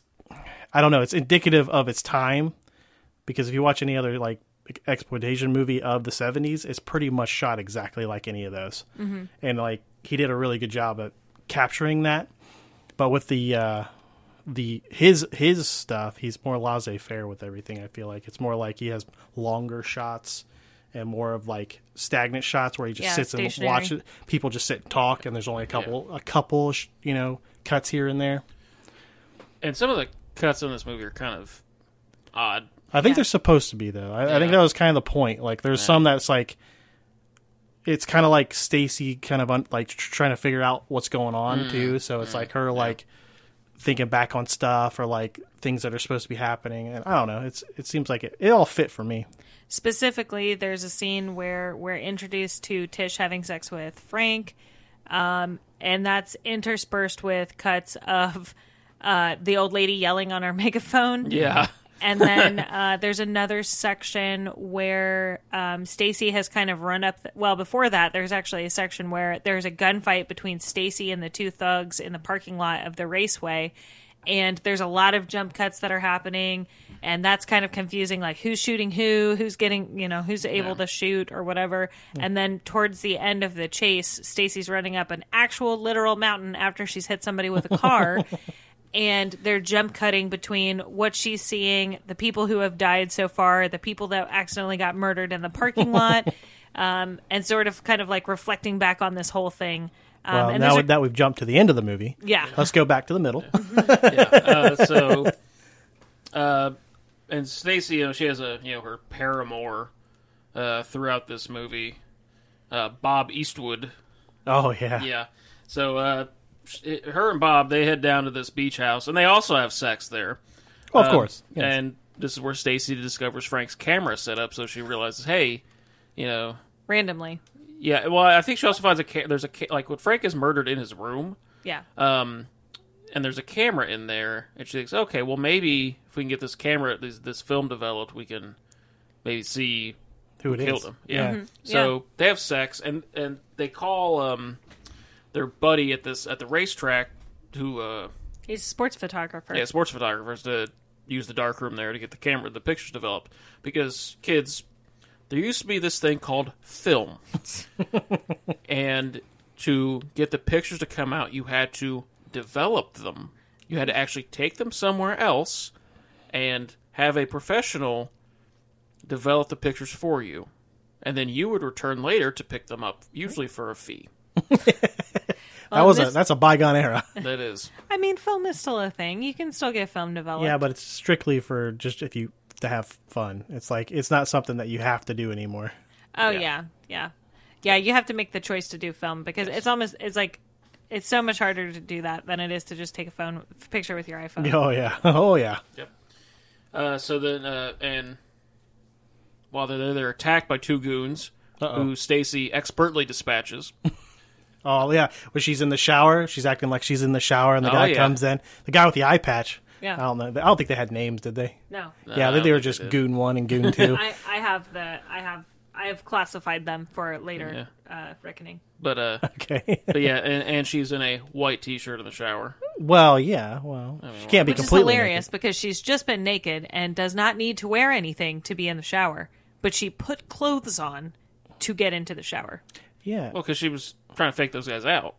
B: i don't know it's indicative of its time because if you watch any other like exploitation movie of the 70s it's pretty much shot exactly like any of those mm-hmm. and like he did a really good job at capturing that but with the uh the his his stuff he's more laissez-faire with everything i feel like it's more like he has longer shots and more of like stagnant shots where he just
A: Yeah,
B: sits and
A: stationary.
B: watches people just sit and talk and there's only a couple a couple sh- you know cuts here and there
C: and some of the cuts in this movie are kind of odd.
B: I think
A: Yeah.
B: they're supposed to be though. I, I think
C: Yeah.
B: that was kind of the point. Like, there's some that's like, it's kind of like Stacy kind of un- like tr- trying to figure out what's going on
C: Mm.
B: too. So it's like her like thinking back on stuff or like things that are supposed to be happening. And I don't know. It's it seems like it, it all fit for me.
A: specifically there's a scene where we're introduced to tish having sex with frank um, and that's interspersed with cuts of uh, the old lady yelling on her megaphone
C: Yeah,
A: and then uh, there's another section where um, Stacy has kind of run up. th- well, before that, there's actually a section where there's a gunfight between Stacy and the two thugs in the parking lot of the raceway. And there's a lot of jump cuts that are happening, and that's kind of confusing. Like who's shooting who, who's getting, you know, who's able to shoot or whatever. And then towards the end of the chase, Stacy's running up an actual literal mountain after she's hit somebody with a car. and they're jump cutting between what she's seeing, the people who have died so far, the people that accidentally got murdered in the parking lot, um, and sort of kind of like reflecting back on this whole thing. Um,
B: Well,
A: and
B: now
A: there's a-
B: that we've jumped to the end of the movie,
A: yeah,
B: let's go back to the middle.
C: uh, so uh, and Stacy, you know, she has a you know her paramour uh, throughout this movie, uh, Bob Eastwood.
B: oh yeah.
C: Yeah, so uh, sh- her and Bob they head down to this beach house, and they also have sex there.
B: Well, of
C: Um,
B: course. Yes.
C: And this is where Stacy discovers Frank's camera setup, so she realizes, hey, you know,
A: randomly.
C: yeah. Well, I think she also finds a ca- there's a ca- like when Frank is murdered in his room.
A: Yeah.
B: Uh,
C: um, and there's a camera in there, and she thinks, okay, well maybe if we can get this camera, this, this film developed, we can maybe see
B: Who it is?
C: killed him. Yeah.
A: Yeah.
C: So they have sex, and and they call um their buddy at this at the racetrack who uh
A: He's a sports photographer.
C: yeah sports photographers to use the dark room there to get the camera the pictures developed because kids there used to be this thing called film and to get the pictures to come out you had to develop them you had to actually take them somewhere else and have a professional develop the pictures for you and then you would return later to pick them up usually for a fee
B: That was
A: Um, this-
B: a that's a bygone era.
C: that is
A: I mean, film is still a thing. You can still get film developed.
B: yeah, but it's strictly for just if you to have fun. It's like it's not something that you have to do anymore.
A: Oh
C: Yeah.
A: yeah. yeah, yeah, You have to make the choice to do film because it's almost it's like it's so much harder to do that than it is to just take a phone picture with your iPhone.
B: Oh yeah, oh yeah.
C: Uh, so then, uh, and while they're there, they're attacked by two goons
B: Uh-oh.
C: who Stacy expertly dispatches.
B: Oh yeah, when she's in the shower, she's acting like she's in the shower, and the
C: Oh,
B: guy
C: yeah.
B: comes in. The guy with the eye patch.
A: Yeah.
B: I don't know. I don't think they had names, did they?
A: No,
B: yeah, I
C: I
B: think they
C: don't
B: were
C: think
B: just
C: they did.
B: goon one and goon two.
A: I I have the I have I have classified them for later uh, reckoning.
C: But uh,
B: okay.
C: but yeah, and, and she's in a white T-shirt in the shower.
B: well, yeah. Well, she can't be
A: Which is
B: completely
A: hilarious because she's just been naked and does not need to wear anything to be in the shower, but she put clothes on to get into the shower.
B: naked. Yeah,
C: Well, because she was trying to fake those guys out.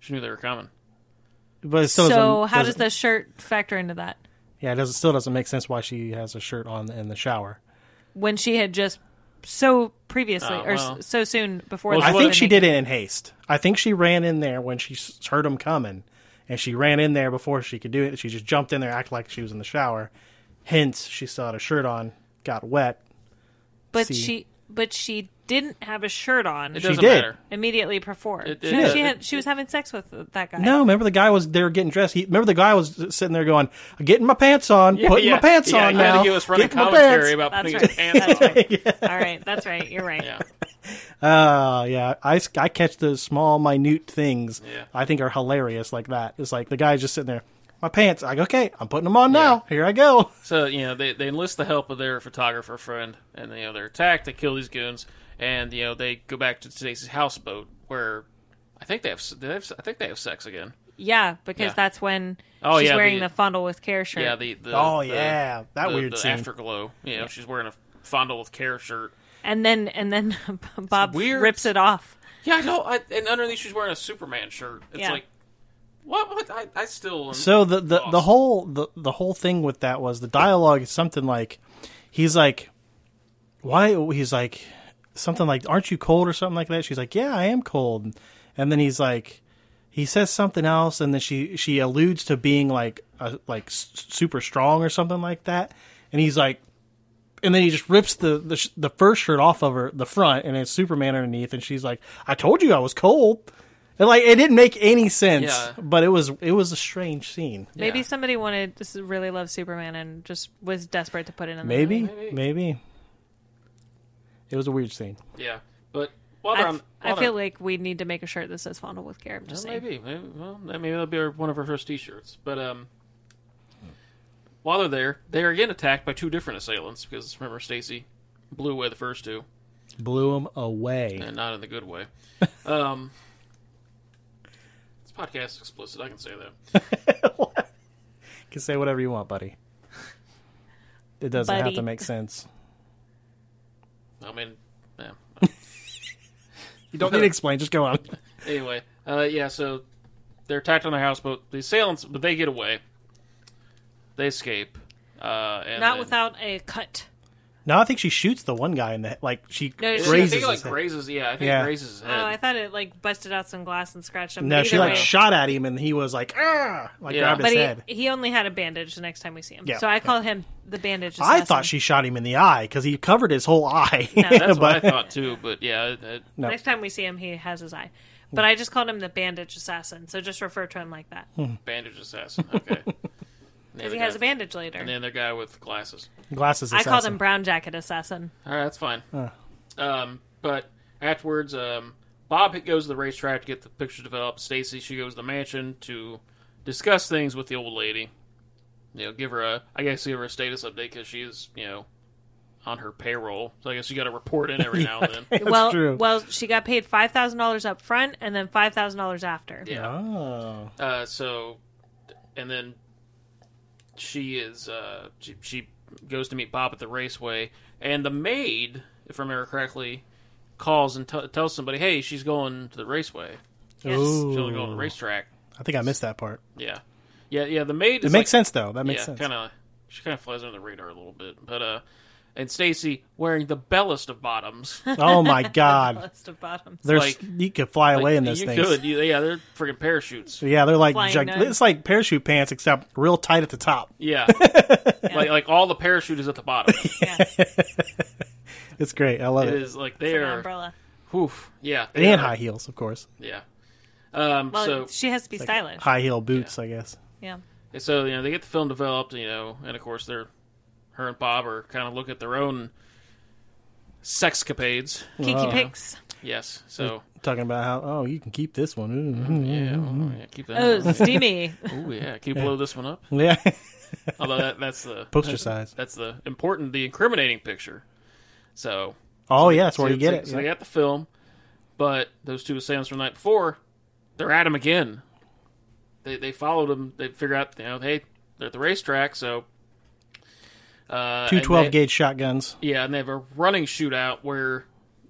C: She knew they were coming.
B: but
A: So,
B: so doesn't,
A: how does
B: doesn't-
A: the shirt factor into that?
B: Yeah, it doesn't, still doesn't make sense why she has a shirt on in the shower.
A: When she had just so previously
C: Oh,
A: or s-
C: well.
A: so soon before
C: Well,
A: that
B: I
A: she
B: think
A: was
B: she
A: naked.
B: did it in haste. I think she ran in there when she s- heard him coming, and she ran in there before she could do it. She just jumped in there, acted like she was in the shower. Hence, she still had a shirt on, got wet.
A: but
B: see.
A: she but she didn't have a shirt on
C: It doesn't
B: did.
C: matter.
A: immediately before.
C: It-
A: No,
C: it-
A: she,
C: it-
A: had, she was having sex with that guy.
B: No, remember the guy was there getting dressed. He remember the guy was sitting there going, "Getting my pants on, putting my pants
C: yeah,
B: on
C: he had to
B: now."
C: give us running
B: getting my
C: commentary
B: pants."
C: about
A: That's
C: putting
A: right.
C: his pants
A: That's right.
C: on.
A: All right, that's right. You're right.
C: Yeah,
B: Oh yeah, I, s- I catch those small minute things.
C: Yeah.
B: I think are hilarious like that. It's like the guy just sitting there, my pants. I go, okay, I'm putting them on now. Here I go.
C: so you know they, they enlist the help of their photographer friend, and you know they're attacked. They kill these goons, and you know they go back to Stacy's houseboat where I think they have, s- do they have s- I think they have sex again.
A: Yeah, because
C: Yeah.
A: that's when
C: Oh,
A: she's
C: yeah,
A: wearing
C: the-
A: the, fondle with care shirt.
C: Yeah, the, the
B: oh
C: the-
B: yeah, that
C: the,
B: weird
C: the
B: scene.
C: afterglow. You know, she's wearing a fondle with care shirt.
A: and then and then Bob
C: weird.
A: rips it off.
C: Yeah, I know. I, and underneath, she's wearing a Superman shirt. It's
A: Yeah.
C: like, what? What? I, I still. Am
B: so the the, the
C: lost.
B: whole the, the whole thing with that was the dialogue is something like he's like why he's like something like aren't you cold or something like that she's like yeah i am cold and then he's like he says something else and then she she alludes to being like a, like s- super strong or something like that and he's like and then he just rips the, the sh- the first shirt off of her the front and it's superman underneath and she's like i told you i was cold and like it didn't make any sense
C: Yeah.
B: but it was it was a strange scene
A: Maybe
C: Yeah.
A: somebody wanted just really loved Superman and just was desperate to put it in. The
B: Maybe,
A: movie.
B: maybe. It was a weird scene.
C: Yeah, but while
A: I,
C: they're on,
A: f- I
C: while
A: feel
C: they're-
A: like we need to make a shirt that says fondle with care. I'm just
C: Well,
A: saying.
C: maybe, maybe, well, that- maybe that'll be our, one of our first T-shirts. But um, while they're there, they are again attacked by two different assailants because remember Stacy blew away the first two,
B: Blew him away.
C: and not in the good way. Um, this podcast is explicit. I can say that.
B: can say whatever you want, buddy. It doesn't have
A: Buddy.
B: to make sense.
C: I mean, yeah.
B: You don't need to explain. Just go on.
C: anyway, uh, yeah, so they're attacked on their houseboat. The assailants, but they get away. They escape. Uh, and
A: Not
C: then-
A: without a cut.
B: No, I think she shoots the one guy in the head. Like she
A: No, she-
C: I
B: grazes.
C: think it, like
B: his head.
C: grazes. Yeah, I think it
B: Yeah.
C: grazes his head.
A: Oh, I thought it like busted out some glass and scratched him.
B: no,
A: But
B: she
A: either
B: like
A: way-
B: shot at him, and he was like, ah, like
C: Yeah.
B: grabbed
A: But
B: his
A: he,
B: head.
A: he only had a bandage the next time we see him.
B: Yeah.
A: so I call him the bandage.
B: I
A: Assassin.
B: thought she shot him in the eye because he covered his whole eye.
C: That's
B: but
C: what I thought too. But yeah, it, it-
B: No.
A: Next time we see him, he has his eye.
B: Hmm.
A: But I just called him the bandage assassin, so just refer to him like that
B: Hmm.
C: bandage assassin. Okay,
A: because he has a bandage later.
C: And the other guy with glasses.
B: glasses.
A: I called him
B: assassin.
A: brown jacket assassin.
C: All right, that's fine. Um, but afterwards, um, Bob goes to the racetrack to get the picture developed. Stacy she goes to the mansion to discuss things with the old lady. You know, give her a I guess give her a status update because she's you know on her payroll, so I guess you got to report in every now and then.
B: That's
A: well,
B: true.
A: well, she got paid five thousand dollars up front and then five thousand dollars after.
C: Yeah.
B: oh,
C: Uh, so, and then she is uh, she, she goes to meet Bob at the raceway, and the maid, if I remember correctly, calls and t- tells somebody, "Hey, she's going to the raceway.
A: Yes.
B: Ooh.
C: She's going to the racetrack."
B: I think I missed that part.
C: Yeah, yeah, yeah. The maid.
B: It
C: is
B: makes
C: like,
B: sense though. That makes
C: yeah,
B: sense.
C: kind of. She kind of flies under the radar a little bit, but uh, and Stacy wearing the bellest of bottoms.
B: Oh my god,
A: List of bottoms.
B: there's
C: Like-
B: you could fly away in those
C: you
B: things.
C: could, you- yeah, they're freaking parachutes.
B: Yeah, they're like
A: Flying
B: gig-
A: nun.
B: it's like parachute pants except real tight at the top.
C: Yeah, like like all the parachute is at the bottom.
A: Yeah,
B: It's great. I love
C: It
B: it.
C: is like
A: an
C: they're,
A: umbrella.
C: whew, yeah, they
B: And
C: are-
B: high heels, of course.
C: yeah. Um,
A: Well,
C: so
A: she has to be stylish.
B: High heel boots, I guess.
A: Yeah.
C: And so you know they get the film developed, you know, and of course they're her and Bob are kind of look at their own sexcapades.
A: Kiki
B: Wow.
A: pics.
C: Yes, so
B: Talking about how oh you can keep this one.
C: yeah, well, yeah, keep that.
A: Oh,
C: Oh,
A: steamy.
C: yeah, can you blow this one up?
B: Ooh. Mm-hmm. Yeah,
C: Although that, that's the
B: poster size.
C: that's the important, the incriminating picture. So
B: Oh yeah, that's where you
C: so-
B: get
C: so-
B: it.
C: So they got the film, but those two assailants from the night before, they're at him again. They they followed him. They figure out you know hey they're at the racetrack, so uh,
B: Two
C: and they-
B: 12 gauge shotguns.
C: Yeah, and they have a running shootout where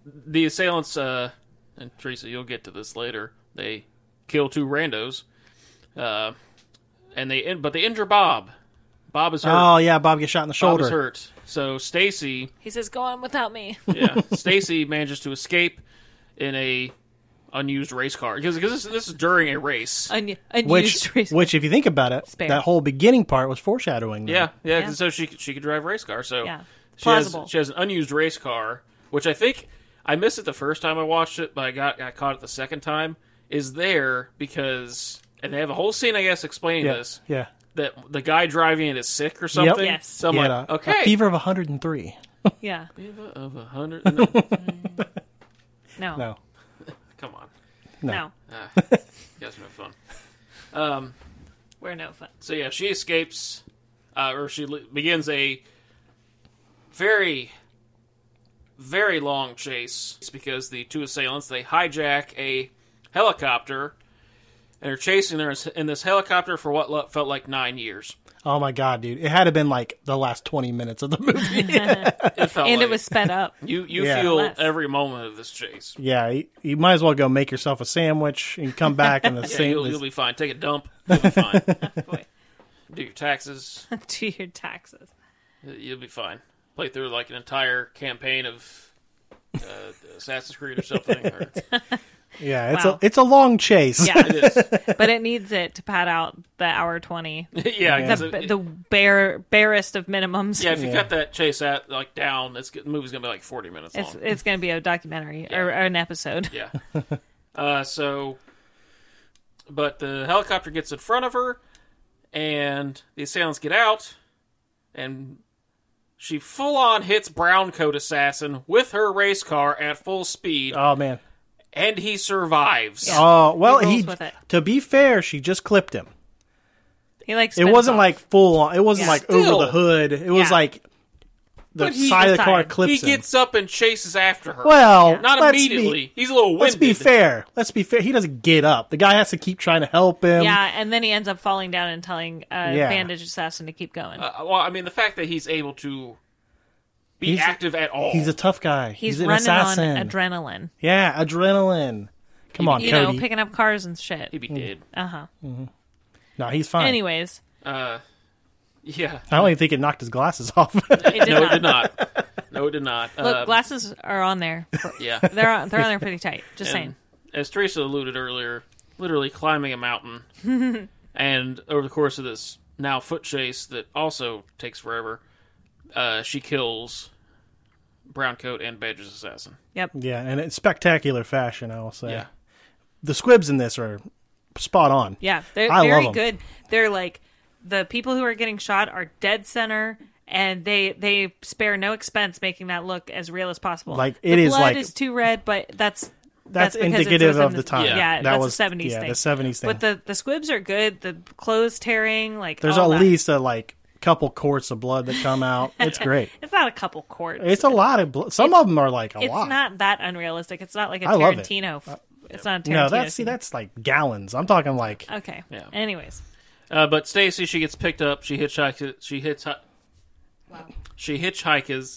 C: the assailants, uh, and Teresa, you'll get to this later. They kill two randos, uh, and they in- but they injure Bob. Bob is hurt.
B: Oh yeah, Bob gets shot in the
C: Bob is
B: shoulder.
C: hurt. So Stacy,
A: He says, "Go on without me."
C: yeah, Stacy manages to escape in a unused race car because this this is during a race.
A: Un- unused
B: Which,
A: reason.
B: which, if you think about it,
A: Spare.
B: that whole beginning part was foreshadowing. though.
C: Yeah, yeah.
A: Yeah.
C: So she she could drive a race car. So
A: Yeah.
C: she has,
A: Plausible.
C: she has an unused race car, which I think I missed it the first time I watched it, but I got I caught it the second time. Is there because and they have a whole scene I guess explaining
B: yeah,
C: this
B: yeah.
C: that the guy driving it is sick or something.
A: Yes.
C: So I'm
B: He had
C: like,
B: a,
C: okay,
B: a fever of 103.
A: yeah.
C: Fever of a hundred. no,
A: No. No.
B: No,
C: come on,
B: no.
C: Ah, you guys are no fun. Um,
A: We're no fun.
C: So yeah, she escapes, uh, or she le- begins a very, very long chase It's because the two assailants they hijack a helicopter and are chasing her in this helicopter for what lo- felt like nine years.
B: Oh my god, dude! It had to been like the last 20 minutes of the movie.
C: It felt
A: And
C: like
A: it was sped up.
C: you you
B: Yeah.
C: feel
A: Less.
C: every moment of this chase.
B: yeah, you, you might as well go make yourself a sandwich and come back and the
C: Yeah,
B: same.
C: you'll, you'll be fine. Take a dump. You'll be fine.
A: Boy.
C: Do your taxes.
A: Do your taxes.
C: You'll be fine. Play through like an entire campaign of uh, Assassin's Creed or something. Or,
B: yeah, it's
A: Wow.
B: a it's a long chase.
A: Yeah.
C: it is.
A: but it needs it to pad out the hour 20
C: yeah,
A: the,
C: because it-
A: the bare barest of minimums
C: yeah, if you
B: Yeah.
C: cut that chase out like down, it's the movie's gonna be like forty minutes
A: it's
C: long.
A: it's gonna be a documentary or, or an episode
C: yeah. uh, so, but the helicopter gets in front of her, and the assailants get out, and she full on hits brown coat assassin with her race car at full speed,
B: Oh man.
C: and he survives.
B: Oh well,
A: He
B: he,
A: rolls with it.
B: to be fair, she just clipped him.
A: he likes
B: It wasn't like full on. It wasn't
A: Yeah.
B: like
C: Still.
B: over the hood. It was
A: Yeah.
B: like the
C: But he
B: side of the car
A: decided.
B: clips
C: he
B: him.
C: gets up and chases after her.
B: well,
C: not
B: let's
C: immediately.
B: Be,
C: He's a little winded.
B: let's be fair. Let's be fair. He doesn't get up. The guy has to keep trying to help him.
A: yeah and then he ends up falling down and telling uh,
B: um, Yeah.
A: bandage assassin to keep going
C: Uh, well, I mean, the fact that he's able to be
B: He's-
C: active at all.
B: He's a tough guy.
A: he's,
B: an
A: running
B: assassin.
A: on adrenaline
B: yeah, adrenaline. Come on,
A: you
B: Cody.
A: know picking up cars and shit
C: He'd be dead.
A: uh-huh
B: no, he's fine.
A: anyways
C: Uh, yeah.
B: I don't even think it knocked his glasses off.
A: it did
C: No, it
A: not
C: did not. No, it did not.
A: look
C: Um,
A: glasses are on there
C: yeah.
A: they're on, they're on there pretty tight just
C: And
A: saying
C: as Teresa alluded earlier, literally climbing a mountain. and over the course of this now foot chase that also takes forever, uh, she kills Browncoat and Badger's assassin.
A: yep
B: yeah, and in spectacular fashion, I will say.
C: Yeah.
B: The squibs in this are spot on.
A: Yeah, they're
B: I love
A: very
B: 'em.
A: good. They're like the people who are getting shot are dead center, and they they spare no expense making that look as real as possible.
B: Like,
A: the
B: it is
A: blood
B: like-
A: is too red, but that's because
B: That's,
A: it
B: indicative
A: was in
B: of the time.
A: Yeah,
B: that
A: that's
B: was
A: a seventies
B: yeah,
A: thing.
B: the seventies thing.
A: But the the squibs are good. The clothes tearing, like
B: There's
A: all
B: at
A: that.
B: least a like couple quarts of blood that come out. It's great.
A: It's not a couple quarts.
B: It's a lot of blood. Some of them are like a
A: It's
B: lot.
A: not that unrealistic. It's not like a
B: I love it. Uh,
A: Tarantino. f- It's not a Tarantino.
B: no, that's see,
A: scene.
B: that's like gallons. I'm talking like
A: okay.
C: Yeah.
A: Anyways,
C: Uh, but Stacy, she gets picked up. She hitchhikes. She hits. Wow. She hitchhikes.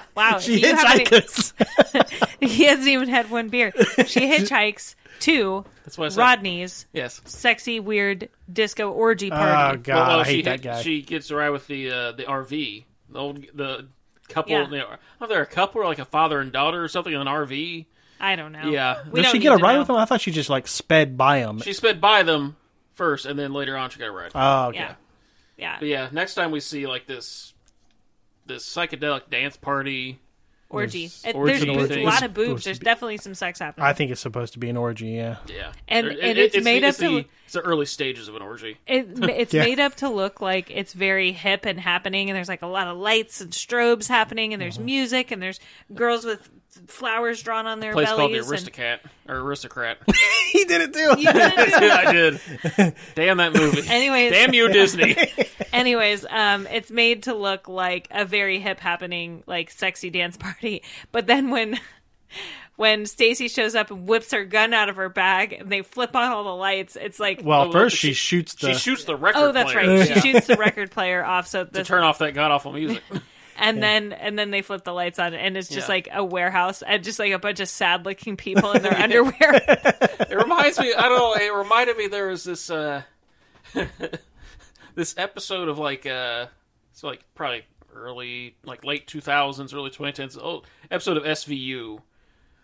A: wow,
B: she
A: you haven't-
B: hitchhikers.
A: He hasn't even had one beer. She hitchhikes to
C: That's what I said.
A: Rodney's
C: yes.
A: sexy, weird disco orgy
B: oh
A: party.
B: god,
C: Well, well,
B: I
C: she
B: hate that
C: hit-
B: guy.
C: She gets a ride with the uh, the RV, The old the couple.
A: Yeah.
C: You know, I don't know if they're a couple or like a father and daughter or something in an RV.
A: I don't know.
C: Yeah.
A: we
B: Did
A: don't
B: she
A: need
B: get a
A: to
B: ride
A: know.
B: with him? I thought she just like sped by him.
C: She sped by them first, and then later on she got a ride.
B: oh, okay.
A: Yeah, yeah.
C: But yeah, next time we see like this this psychedelic dance party.
A: Orgy.
B: There's
A: It-
C: orgy
A: there's
C: thing.
A: a lot of boobs.
B: There's- there's-
A: There's definitely some sex happening.
B: I think it's supposed to be an orgy. Yeah.
C: Yeah,
A: And-
C: It-
A: and
C: it-
A: it's made
C: the,
A: up
C: it's the,
A: to-
C: it's the early stages of an orgy.
A: It, it's
B: Yeah.
A: made up to look like it's very hip and happening, and there's like a lot of lights and strobes happening, and
B: Mm-hmm.
A: there's music, and there's girls with flowers drawn on their
C: Place called the
A: bellies. and-
C: Aristocat or Aristocrat.
B: he did it too.
C: yeah, I did. Damn that movie.
A: Anyways,
C: Damn you, Disney.
A: anyways, um, it's made to look like a very hip happening, like sexy dance party. But then when when Stacy shows up and whips her gun out of her bag, and they flip on all the lights, it's like,
B: Well,
C: Oh,
B: first
C: she-
B: she shoots the.
C: she shoots the record.
A: oh, that's
C: player.
A: right,
C: Yeah.
A: she shoots the record player off. So
C: to
A: this
C: turn off that god awful music.
A: and then and then they flip the lights on and it's just
C: Yeah.
A: like a warehouse and just like a bunch of sad looking people in their underwear
C: it reminds me. I don't know. It reminded me there was this uh, this episode of like uh, it's like probably early like late two thousands, early twenty tens. Oh, episode of SVU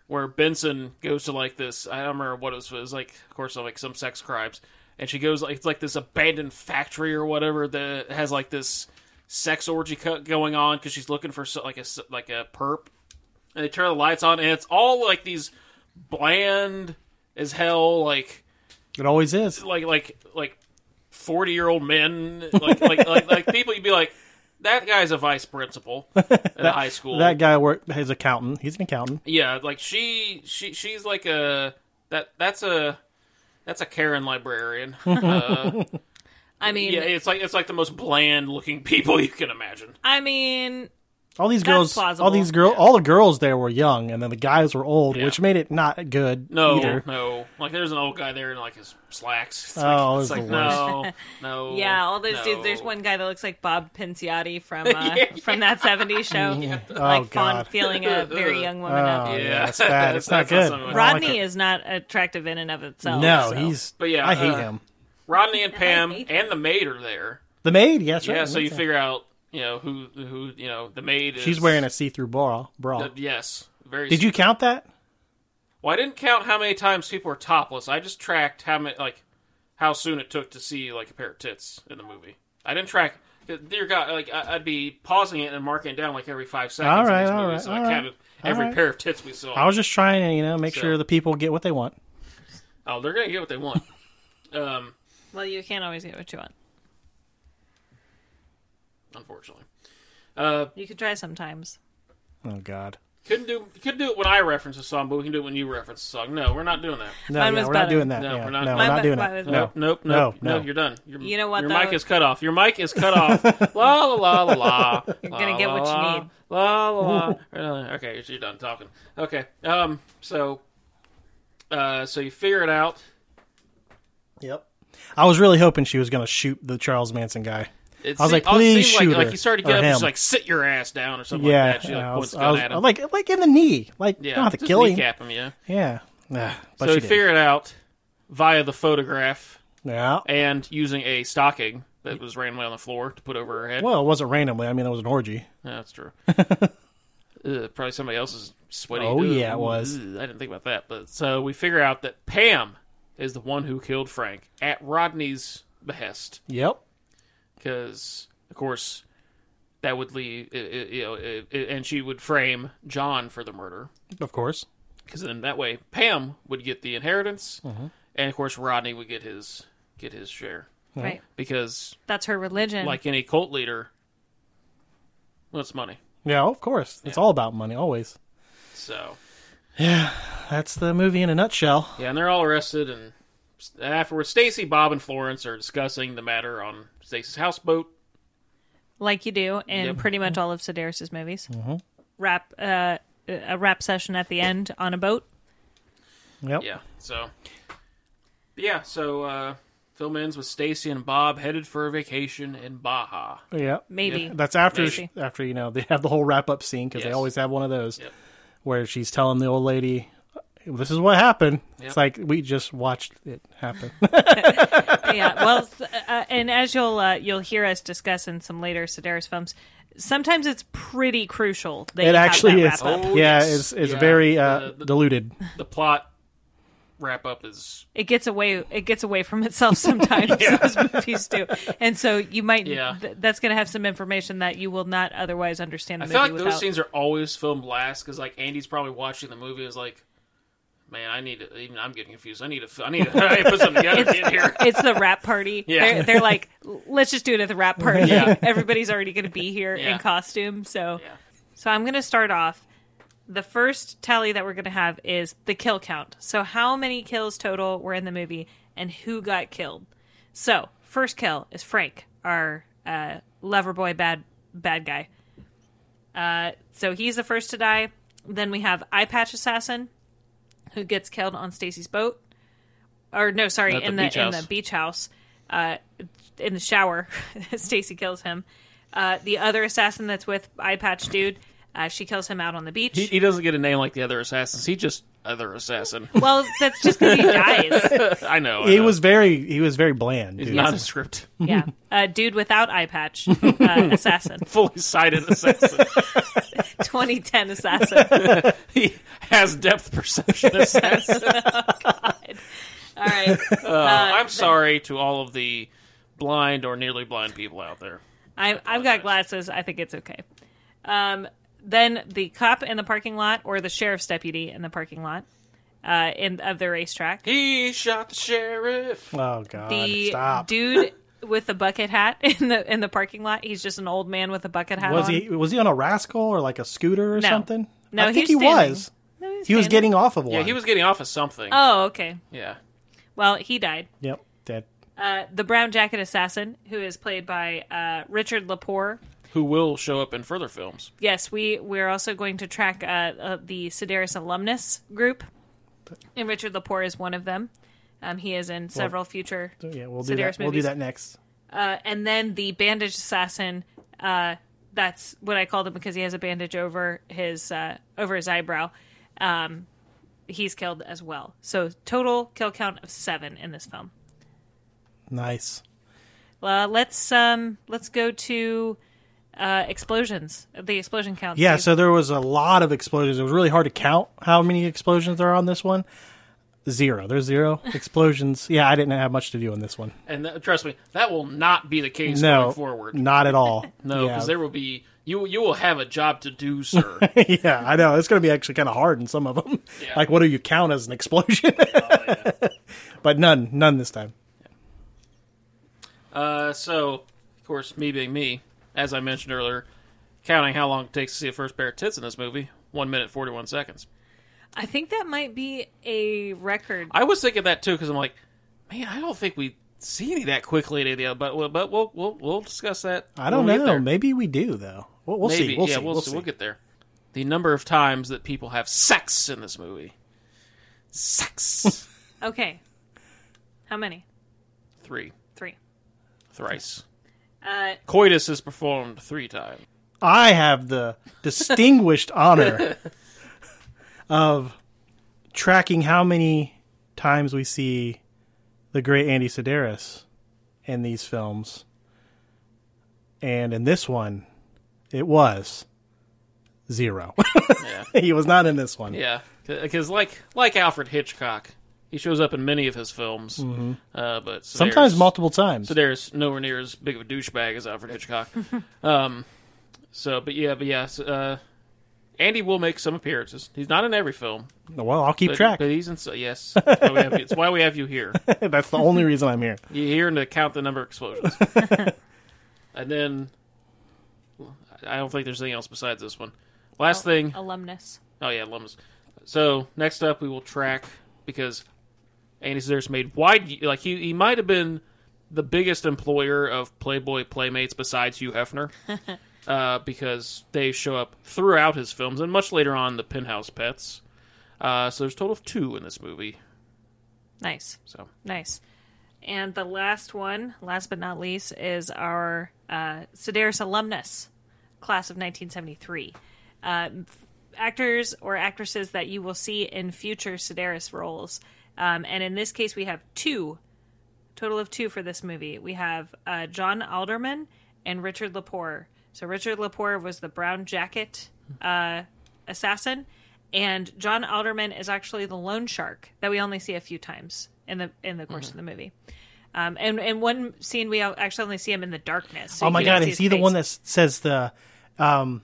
C: where Benson goes to like this. I don't remember what it was. It was like of course like some sex crimes, and she goes like it's like this abandoned factory or whatever that has like this sex orgy co- going on because she's looking for so- like a s- like a perp. And they turn the lights on, and it's all like these bland as hell, like
B: it always is.
C: like like like forty year old men, like like, like like people. You'd be like, that guy's a vice principal at a high school.
B: That guy work. His accountant. He's an accountant.
C: yeah, like she she she's like a that that's a that's a Karen librarian. Uh,
A: i mean
C: yeah, it's like it's like the most bland looking people you can imagine.
A: i mean
B: All these girls.
A: plausible.
B: All these girl. All the girls there were young, and then the guys were old, which made it not good
C: No,
B: either.
C: no. Like there's an old guy there in like his slacks. It's like,
B: Oh,
C: it's
B: it's the
C: like
B: worst.
C: no, no.
A: yeah all those
C: no.
A: dudes there's one guy that looks like bob pinciotti from uh, from that 70s show like
B: Oh,
A: fawn
B: God.
A: feeling a very young woman
B: Oh,
A: up
C: Yeah.
B: yeah, it's bad. It's not
C: That's not
B: good.
C: something I
B: I don't
A: rodney
B: like
A: is not attractive in and of
B: it.
A: itself
B: No,
A: so.
B: he's.
C: But yeah,
B: I hate
C: uh,
B: him.
C: Rodney and Pam
A: hate
C: and the maid are there.
B: The maid. Yes.
C: Yeah,
B: right,
C: so you
B: he's-
C: figure out, you know, who who you know the maid. Is,
B: She's wearing a see-through bra. Bra.
C: uh, yes, very.
B: Did you count that?
C: Well, I didn't count how many times people were topless. I just tracked how many, like, how soon it took to see like a pair of tits in the movie. I didn't track. Dear God, like I- I'd be pausing it and marking it down like every five seconds.
B: All right,
C: in these
B: all
C: movies,
B: right,
C: so
B: all
C: I
B: right,
C: counted
B: all
C: every
B: right.
C: pair of tits we saw.
B: I was just trying to, you know, make
C: So-
B: sure the people get what they want.
C: Oh, they're gonna get what they want. um,
A: well you can't always get what you want
C: unfortunately, uh,
A: you could try sometimes
B: Oh God.
C: couldn't do couldn't do it when I reference a song, but we can do it when you reference a song. No, we're not doing that.
B: No,
A: Mine
B: yeah,
A: was
B: we're not
A: better.
B: doing that.
C: No,
B: yeah.
C: we're not-
B: no,
A: Mine
B: we're
A: was-
B: not doing
A: mine
B: it.
A: was
B: No,
A: better.
C: Nope, nope,
B: No,
C: no,
B: no.
C: you're done. Your,
A: You know what,
C: Your
A: though?
C: mic is cut off. Your mic is cut off. la la la la la. You're
A: gonna get what you need.
C: La la la. Uh, okay, you're- you're done talking. Okay, um, so, uh, so you figure it out.
B: Yep. I was really hoping she was going to shoot the Charles Manson guy.
C: It
B: I was
C: se-
B: like,
C: all it
B: "Please
C: seemed like,
B: shoot
C: Like
B: her,"
C: you started to get
B: or
C: up, and she's
B: him.
C: like, "Sit your ass down" or something
B: yeah,
C: like that. She
B: I
C: like
B: was,
C: points a
B: I
C: gun
B: was-
C: at him.
B: like like in the knee. Like
C: yeah,
B: don't have to
C: just
B: kill him.
C: kneecap him. Yeah.
B: Yeah. Nah, but
C: so
B: she
C: you
B: did.
C: figure it out via the photograph
B: yeah.
C: and using a stocking that was randomly on the floor to put over her head.
B: Well, it wasn't randomly. I mean, it was an orgy.
C: Yeah, that's true. Ugh, probably somebody else's sweaty.
B: Oh,
C: Ugh,
B: yeah, it was.
C: ugh, I didn't think about that, but so we figure out that Pam is the one who killed Frank at Rodney's behest,
B: Yep.
C: because of course that would leave, i- i- you know, i- i- and she would frame John for the murder,
B: Of course.
C: because then that way Pam would get the inheritance,
B: Mm-hmm.
C: and of course Rodney would get his get his share,
A: right
C: because
A: that's her religion
C: like any cult leader, wants money.
B: Yeah, of course. It's all about money always.
C: So
B: That's the movie in a nutshell.
C: Yeah, and they're all arrested, and afterwards, Stacy, Bob, and Florence are discussing the matter on Stacy's houseboat.
A: like you do in
C: Yep.
A: pretty much all of Sedaris's movies.
B: Mm-hmm.
A: Wrap uh, a wrap session at the end on a boat.
B: Yep.
C: Yeah, so yeah, so uh, film ends with Stacy and Bob headed for a vacation in Baja.
B: Yeah.
A: Maybe
B: That's after
A: Maybe.
B: after you know they have the whole wrap up scene because they
C: Yes.
B: always have one of those
C: Yep.
B: where she's telling the old lady, "This is what happened."
C: Yep.
B: It's like we just watched it happen.
A: uh, yeah. Well, s- uh, and as you'll uh, you'll hear us discuss in some later Sedaris films, sometimes it's pretty crucial. That
B: It
A: you have
B: actually
A: that
B: is.
A: wrap up.
C: Oh,
B: yeah,
C: yes.
B: it's it's
C: Yeah.
B: very uh,
C: The- the-
B: diluted.
C: The plot wrap up is
A: It gets away. It gets away from itself sometimes. Those movies do, and so you might.
C: Yeah.
A: Th- that's going to have some information that you will not otherwise understand. The
C: I
A: movie
C: feel like
A: without.
C: those scenes are always filmed last because like Andy's probably watching the movie and is like, man, I need to. Even I'm getting confused. I need to. I need to. I need to put something together to get here.
A: it's the rap party.
C: Yeah.
A: They're, they're like, let's just do it at the rap party.
C: Yeah.
A: Everybody's already going to be here
C: Yeah.
A: in costume. So,
C: Yeah.
A: so I'm going to start off. The first tally that we're going to have is the kill count. So, how many kills total were in the movie, and who got killed? So, first kill is Frank, our uh, lover boy, bad bad guy. Uh, so he's the first to die. Then we have Eye Patch Assassin, who gets killed on Stacy's boat, or no, sorry,
C: At the
A: in the
C: beach
A: in
C: house.
A: the beach house, uh, in the shower. Stacy kills him. Uh, the other assassin that's with Eye Patch dude, uh, she kills him out on the beach.
C: He, he doesn't get a name like the other assassins. He just other assassin.
A: well, that's just because he dies.
C: I know. I
B: He
C: know.
B: was very he was very bland.
C: He's
B: dude.
C: not a script.
A: Yeah, uh, dude without eye patch, uh, assassin,
C: Fully sighted assassin.
A: 2010 assassin.
C: he has depth perception assassin.
A: All right,
C: Uh, I'm sorry to all of the blind or nearly blind people out there.
A: I, I've got glasses. I think it's okay. Um, then the cop in the parking lot, or the sheriff's deputy in the parking lot, uh, in of the racetrack.
C: He shot the sheriff.
B: Oh god,
A: the
B: stop.
A: dude with the bucket hat in the in the parking lot. He's just an old man with a bucket hat.
B: was
A: on.
B: he was he on a rascal or like a scooter or
A: No.
B: something?
A: No,
B: I think
A: he's
B: he
A: standing.
B: was.
A: No, he's
B: He was
A: standing.
B: getting off of one.
C: Yeah, he was getting off of something.
A: Oh, okay.
C: yeah.
A: Well, he died.
B: Yep, that
A: Uh, the brown jacket assassin, who is played by uh, Richard Lepore.
C: Who will show up in further films?
A: Yes, we we're also going to track uh, uh, the Sedaris alumnus group, and Richard Lepore is one of them. Um, he is in several future,
B: yeah, we'll do
A: Sedaris
B: that. We'll do
A: movies.
B: that next.
A: uh, and then the bandaged assassin. Uh, that's what I called him because he has a bandage over his uh, over his eyebrow. Um, he's killed as well. So total kill count of seven in this film.
B: Nice.
A: Uh, let's um, let's go to uh, explosions. The explosion count.
B: Yeah, so there was a lot of explosions. It was really hard to count how many explosions there are on this one. Zero. There's zero explosions. Yeah, I didn't have much to do on this one.
C: And that, trust me, that will not be the case
B: No,
C: going forward.
B: not at all.
C: No,
B: yeah.
C: because there will be you. You will have a job to do, sir.
B: yeah, I know it's going to be actually kind of hard in some of them.
C: Yeah.
B: Like, what do you count as an explosion?
C: Oh,
B: but none, none this time.
C: uh, so, of course, me being me, as I mentioned earlier, counting how long it takes to see a first pair of tits in this movie, one minute forty one seconds.
A: I think that might be a record.
C: I was thinking that too because I'm like, man, I don't think we see any that quickly in any of the other. But but we'll we'll we'll discuss that.
B: I don't
C: when we get
B: know.
C: there.
B: Maybe we do though. We'll, we'll
C: Maybe
B: see. We'll
C: yeah,
B: see.
C: we'll see. We'll get there. The number of times that people have sex in this movie. Sex.
A: Okay, how many?
C: Three.
A: Three.
C: Thrice.
A: Uh,
C: Coitus is performed three times.
B: I have the distinguished honor of tracking how many times we see the great Andy Sedaris in these films. And in this one, it was zero.
C: Yeah.
B: he was not in this one.
C: Yeah, because like like Alfred Hitchcock, he shows up in many of his films, uh, but Sedaris,
B: Mm-hmm. Sometimes multiple times.
C: Sedaris nowhere near as big of a douchebag as Alfred Hitchcock. um, so, but yeah, but yes, uh, Andy will make some appearances. He's not in every film,
B: well, I'll keep
C: but,
B: track.
C: but he's in. so- Yes, that's why, we have you, it's why we have you here.
B: That's the only reason I'm here.
C: You're here to count the number of explosions, and then I don't think there's anything else besides this one. Last thing,
A: alumnus.
C: Oh yeah, Lemons. So next up, we will track because Andy Sedaris made wide like he he might have been the biggest employer of Playboy playmates besides Hugh Hefner, uh, because they show up throughout his films and much later on the Penthouse Pets. Uh, so there's a total of two in this movie.
A: Nice,
C: So
A: nice. And the last one, last but not least, is our uh, Sedaris alumnus class of 1973. Uh, actors or actresses that you will see in future Sedaris roles. Um, and in this case, we have two, total of two for this movie. We have uh, John Alderman and Richard Lepore, So Richard Lepore was the brown jacket uh, assassin, and John Alderman is actually the loan shark that we only see a few times in the in the
B: Mm-hmm.
A: course of the movie. Um, and in one scene, we al- actually only see him in the darkness. so
B: oh
A: you
B: my
A: can't
B: god,
A: see his
B: is he the
A: face.
B: one that s- says the, um,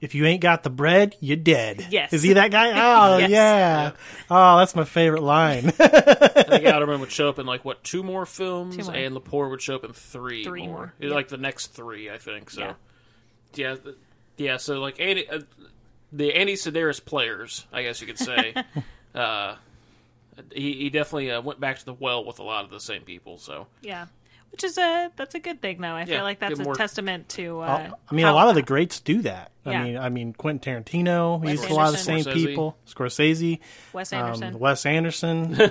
B: if you ain't got the bread, you're dead.
A: Yes.
B: Is he that guy? Oh
A: Yes.
B: yeah. Oh, that's my favorite line.
C: I think Outerman would show up in like what two more films,
A: Two more.
C: and Lepore would show up in three,
A: Three
C: more,
A: more,
C: It's like the next three, I think. So,
A: Yeah.
C: yeah, yeah, th- yeah, so like Andy, uh, the Andy Sedaris players, I guess you could say. uh, he, he definitely uh, went back to the well with a lot of the same people. So
A: Yeah, which is a that's a good thing though. I
C: Yeah,
A: feel like that's
C: good
A: a
C: work.
A: testament to. Uh,
B: I mean,
A: how-
B: a lot of the greats do that.
A: Yeah.
B: I mean, I mean Quentin Tarantino.
A: Wes
B: He's a lot of the same
A: Anderson.
C: Scorsese.
B: people. Scorsese,
A: Wes
B: um,
A: Anderson.
B: Wes Anderson,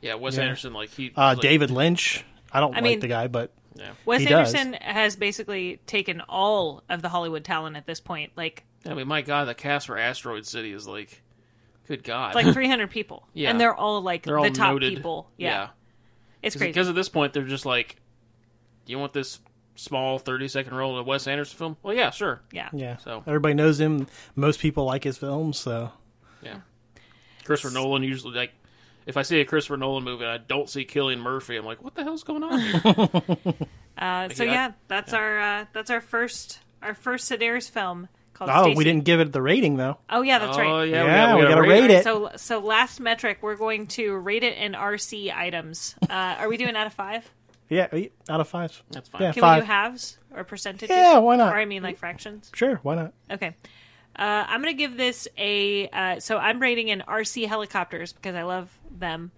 C: yeah, Wes Anderson, like he,
B: uh,
C: like,
B: David Lynch. I don't like
A: mean-
B: the guy, but
C: yeah.
A: Wes
B: he does.
A: Anderson has basically taken all of the Hollywood talent at this point, like
C: I mean, my God, the cast for Asteroid City is like, good God,
A: like 300 people,
C: Yeah.
A: and they're all like
C: they're all
A: the top
C: noted.
A: people. Yeah, it's crazy.
C: Because at this point, they're just like, you want this small 30 second role in a Wes Anderson film? Well, yeah, sure.
A: yeah,
B: yeah,
C: So-
B: everybody knows him. Most people like his films, so
C: Yeah. Christopher Nolan usually, like, if I see a Christopher Nolan movie and I don't see Killian Murphy, I'm like, what the hell's going on here?
A: Uh, so
C: yeah.
A: yeah, that's our uh, that's our first our first Sedaris film called.
B: oh,
A: Stacy.
B: we didn't give it the rating though.
A: Oh yeah, that's
C: Oh,
A: right.
C: yeah,
B: Yeah,
C: we,
B: we
C: got,
B: gotta
C: to
B: rate it.
A: So so last metric, we're going to rate it in RC items. Uh, are we doing out of five?
B: Yeah, eight out of five.
C: That's fine.
B: Yeah,
A: Can
B: five.
A: we do halves or percentages?
B: Yeah, why not?
A: Or I mean like fractions.
B: sure, why not?
A: Okay. Uh, I'm going to give this a. Uh, so I'm rating in RC helicopters because I love them.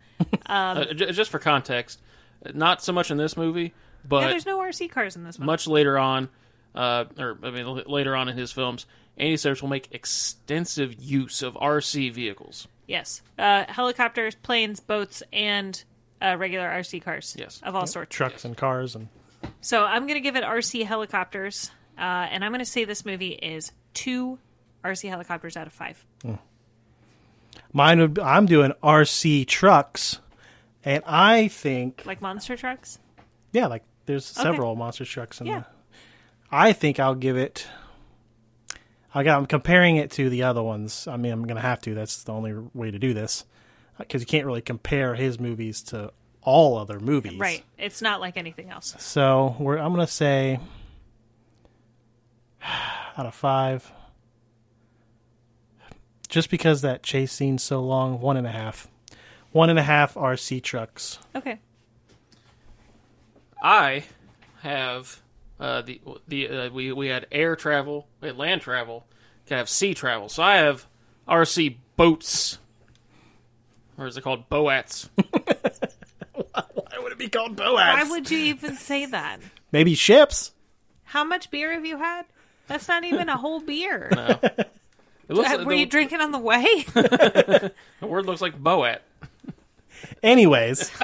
C: Uh, j- just for context, uh, not so much in this movie,
A: Yeah,
C: but
A: there's no RC cars in this one.
C: much later on, uh, or I mean, l- later on in his films, Andy Serkis will make extensive use of RC vehicles.
A: yes. Uh, helicopters, planes, boats, and uh, regular RC cars.
C: Yes.
A: Of all sorts.
B: Trucks and cars and
A: So I'm going to give it RC helicopters. Uh, and I'm going to say this movie is two RC helicopters out of five.
B: mine. Would, I'm doing RC trucks, and I think
A: Like monster trucks?
B: Yeah, like there's several monster trucks in
A: Yeah.
B: there. I think I'll give it. I got. I'm comparing it to the other ones. I mean, I'm gonna have to. That's the only way to do this, because you can't really compare his movies to all other movies.
A: Right. It's not like anything else.
B: So we're. I'm gonna say out of five, just because that chase scene's so long, one and a half. One and a half RC trucks.
A: Okay.
C: I have uh, the the uh, we we had air travel, we had land travel, we have sea travel. So I have RC boats, or is it called boats?
B: Why would it be called
A: Why
B: Boaz?
A: would you even say that?
B: Maybe ships.
A: How much beer have you had? That's not even a whole beer.
C: It looks
A: Uh,
C: like
A: Were
C: the,
A: you drinking on the way?
C: the word looks like boat.
B: Anyways.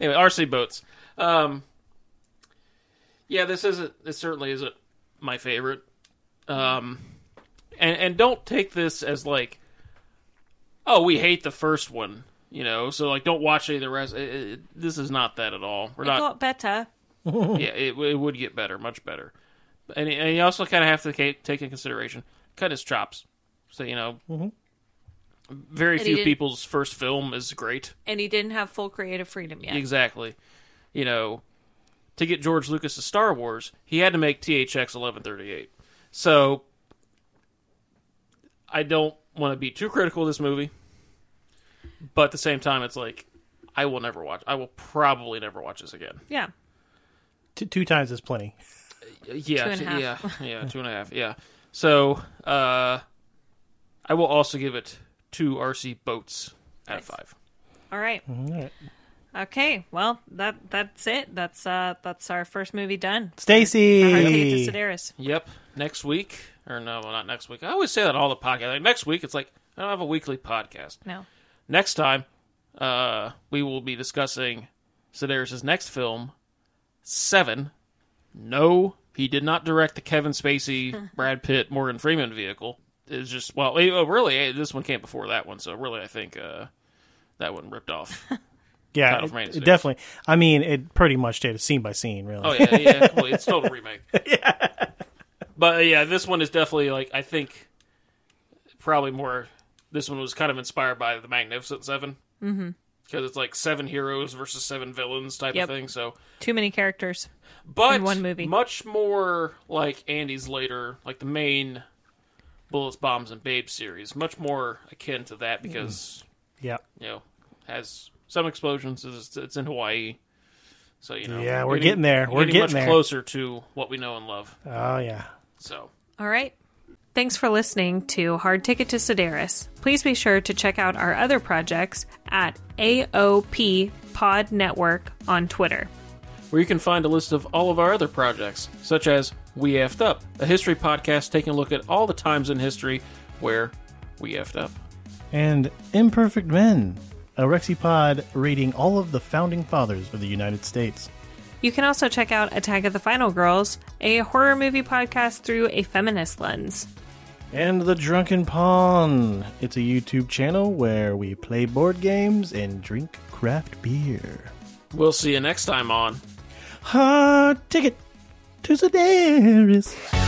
C: Anyway, RC boats. Um, yeah, this isn't. This certainly isn't my favorite. Um, and and don't take this as like, oh, we hate the first one. You know, so like, don't watch any of the rest. It- it- it- this is not that at all. We're
A: It
C: not.
A: got better.
C: yeah, it, it would get better, much better. And, and you also kind of have to ca- take in consideration cut his chops. So you know, very
A: he
C: few
A: didn't-
C: people's first film is great.
A: And he didn't have full creative freedom yet.
C: Exactly. You know, to get George Lucas to Star Wars, he had to make THX 1138. So I don't want to be too critical of this movie, but at the same time, it's like I will never watch. I will probably never watch this again.
A: Yeah.
B: Two, two times is plenty.
C: Uh, yeah,
A: Two and a half.
C: yeah, yeah, two and a half, yeah. So, uh, I will also give it two RC boats out of five.
A: All right. Okay. Well, that that's it. That's uh that's our first movie done. Arcade
B: Stacy.
A: to Sedaris.
C: Yep, next week or no, well, not next week. I always say that on all the podcasts. Like, next week, it's like I don't have a weekly podcast.
A: No.
C: Next time, uh, we will be discussing Sedaris' next film, Seven. No, he did not direct the Kevin Spacey, Brad Pitt, Morgan Freeman vehicle. It's just well, eh, oh, really, eh, this one came before that one, so really, I think uh, that one ripped off.
B: Yeah,
C: Title
B: it,
C: for me is
B: it
C: Stacy.
B: definitely. I mean, it pretty much did scene by scene, really.
C: Oh yeah, yeah, completely. it's total remake. But uh, yeah, this one is definitely like I think probably more. This one was kind of inspired by the Magnificent 7 mm-hmm. because it's like seven heroes versus seven villains type
A: Yep.
C: of thing. So,
A: Too many characters.
C: but
A: In one movie.
C: much more like Andy's later, like the main Bullets, Bombs, and Babe series, much more akin to
A: Mm-hmm.
C: that because
B: Yeah.
C: you know has some explosions. It's, it's in Hawaii, so you know
B: Yeah, we're getting there. We're getting
C: much
B: there.
C: closer to what we know and love.
B: Oh yeah.
C: So.
A: All right. Thanks for listening to Hard Ticket to Sedaris. Please be sure to check out our other projects at AOP Pod Network on Twitter.
C: where you can find a list of all of our other projects, such as We Effed Up, a history podcast taking a look at all the times in history where we effed up.
B: And Imperfect Men, a Rexipod rating all of the founding fathers of the United States.
A: You can also check out Attack of the Final Girls, a horror movie podcast through a feminist lens.
B: And The Drunken Pawn. It's a YouTube channel where we play board games and drink craft beer.
C: We'll see you next time on
B: Hard ticket to Sedaris.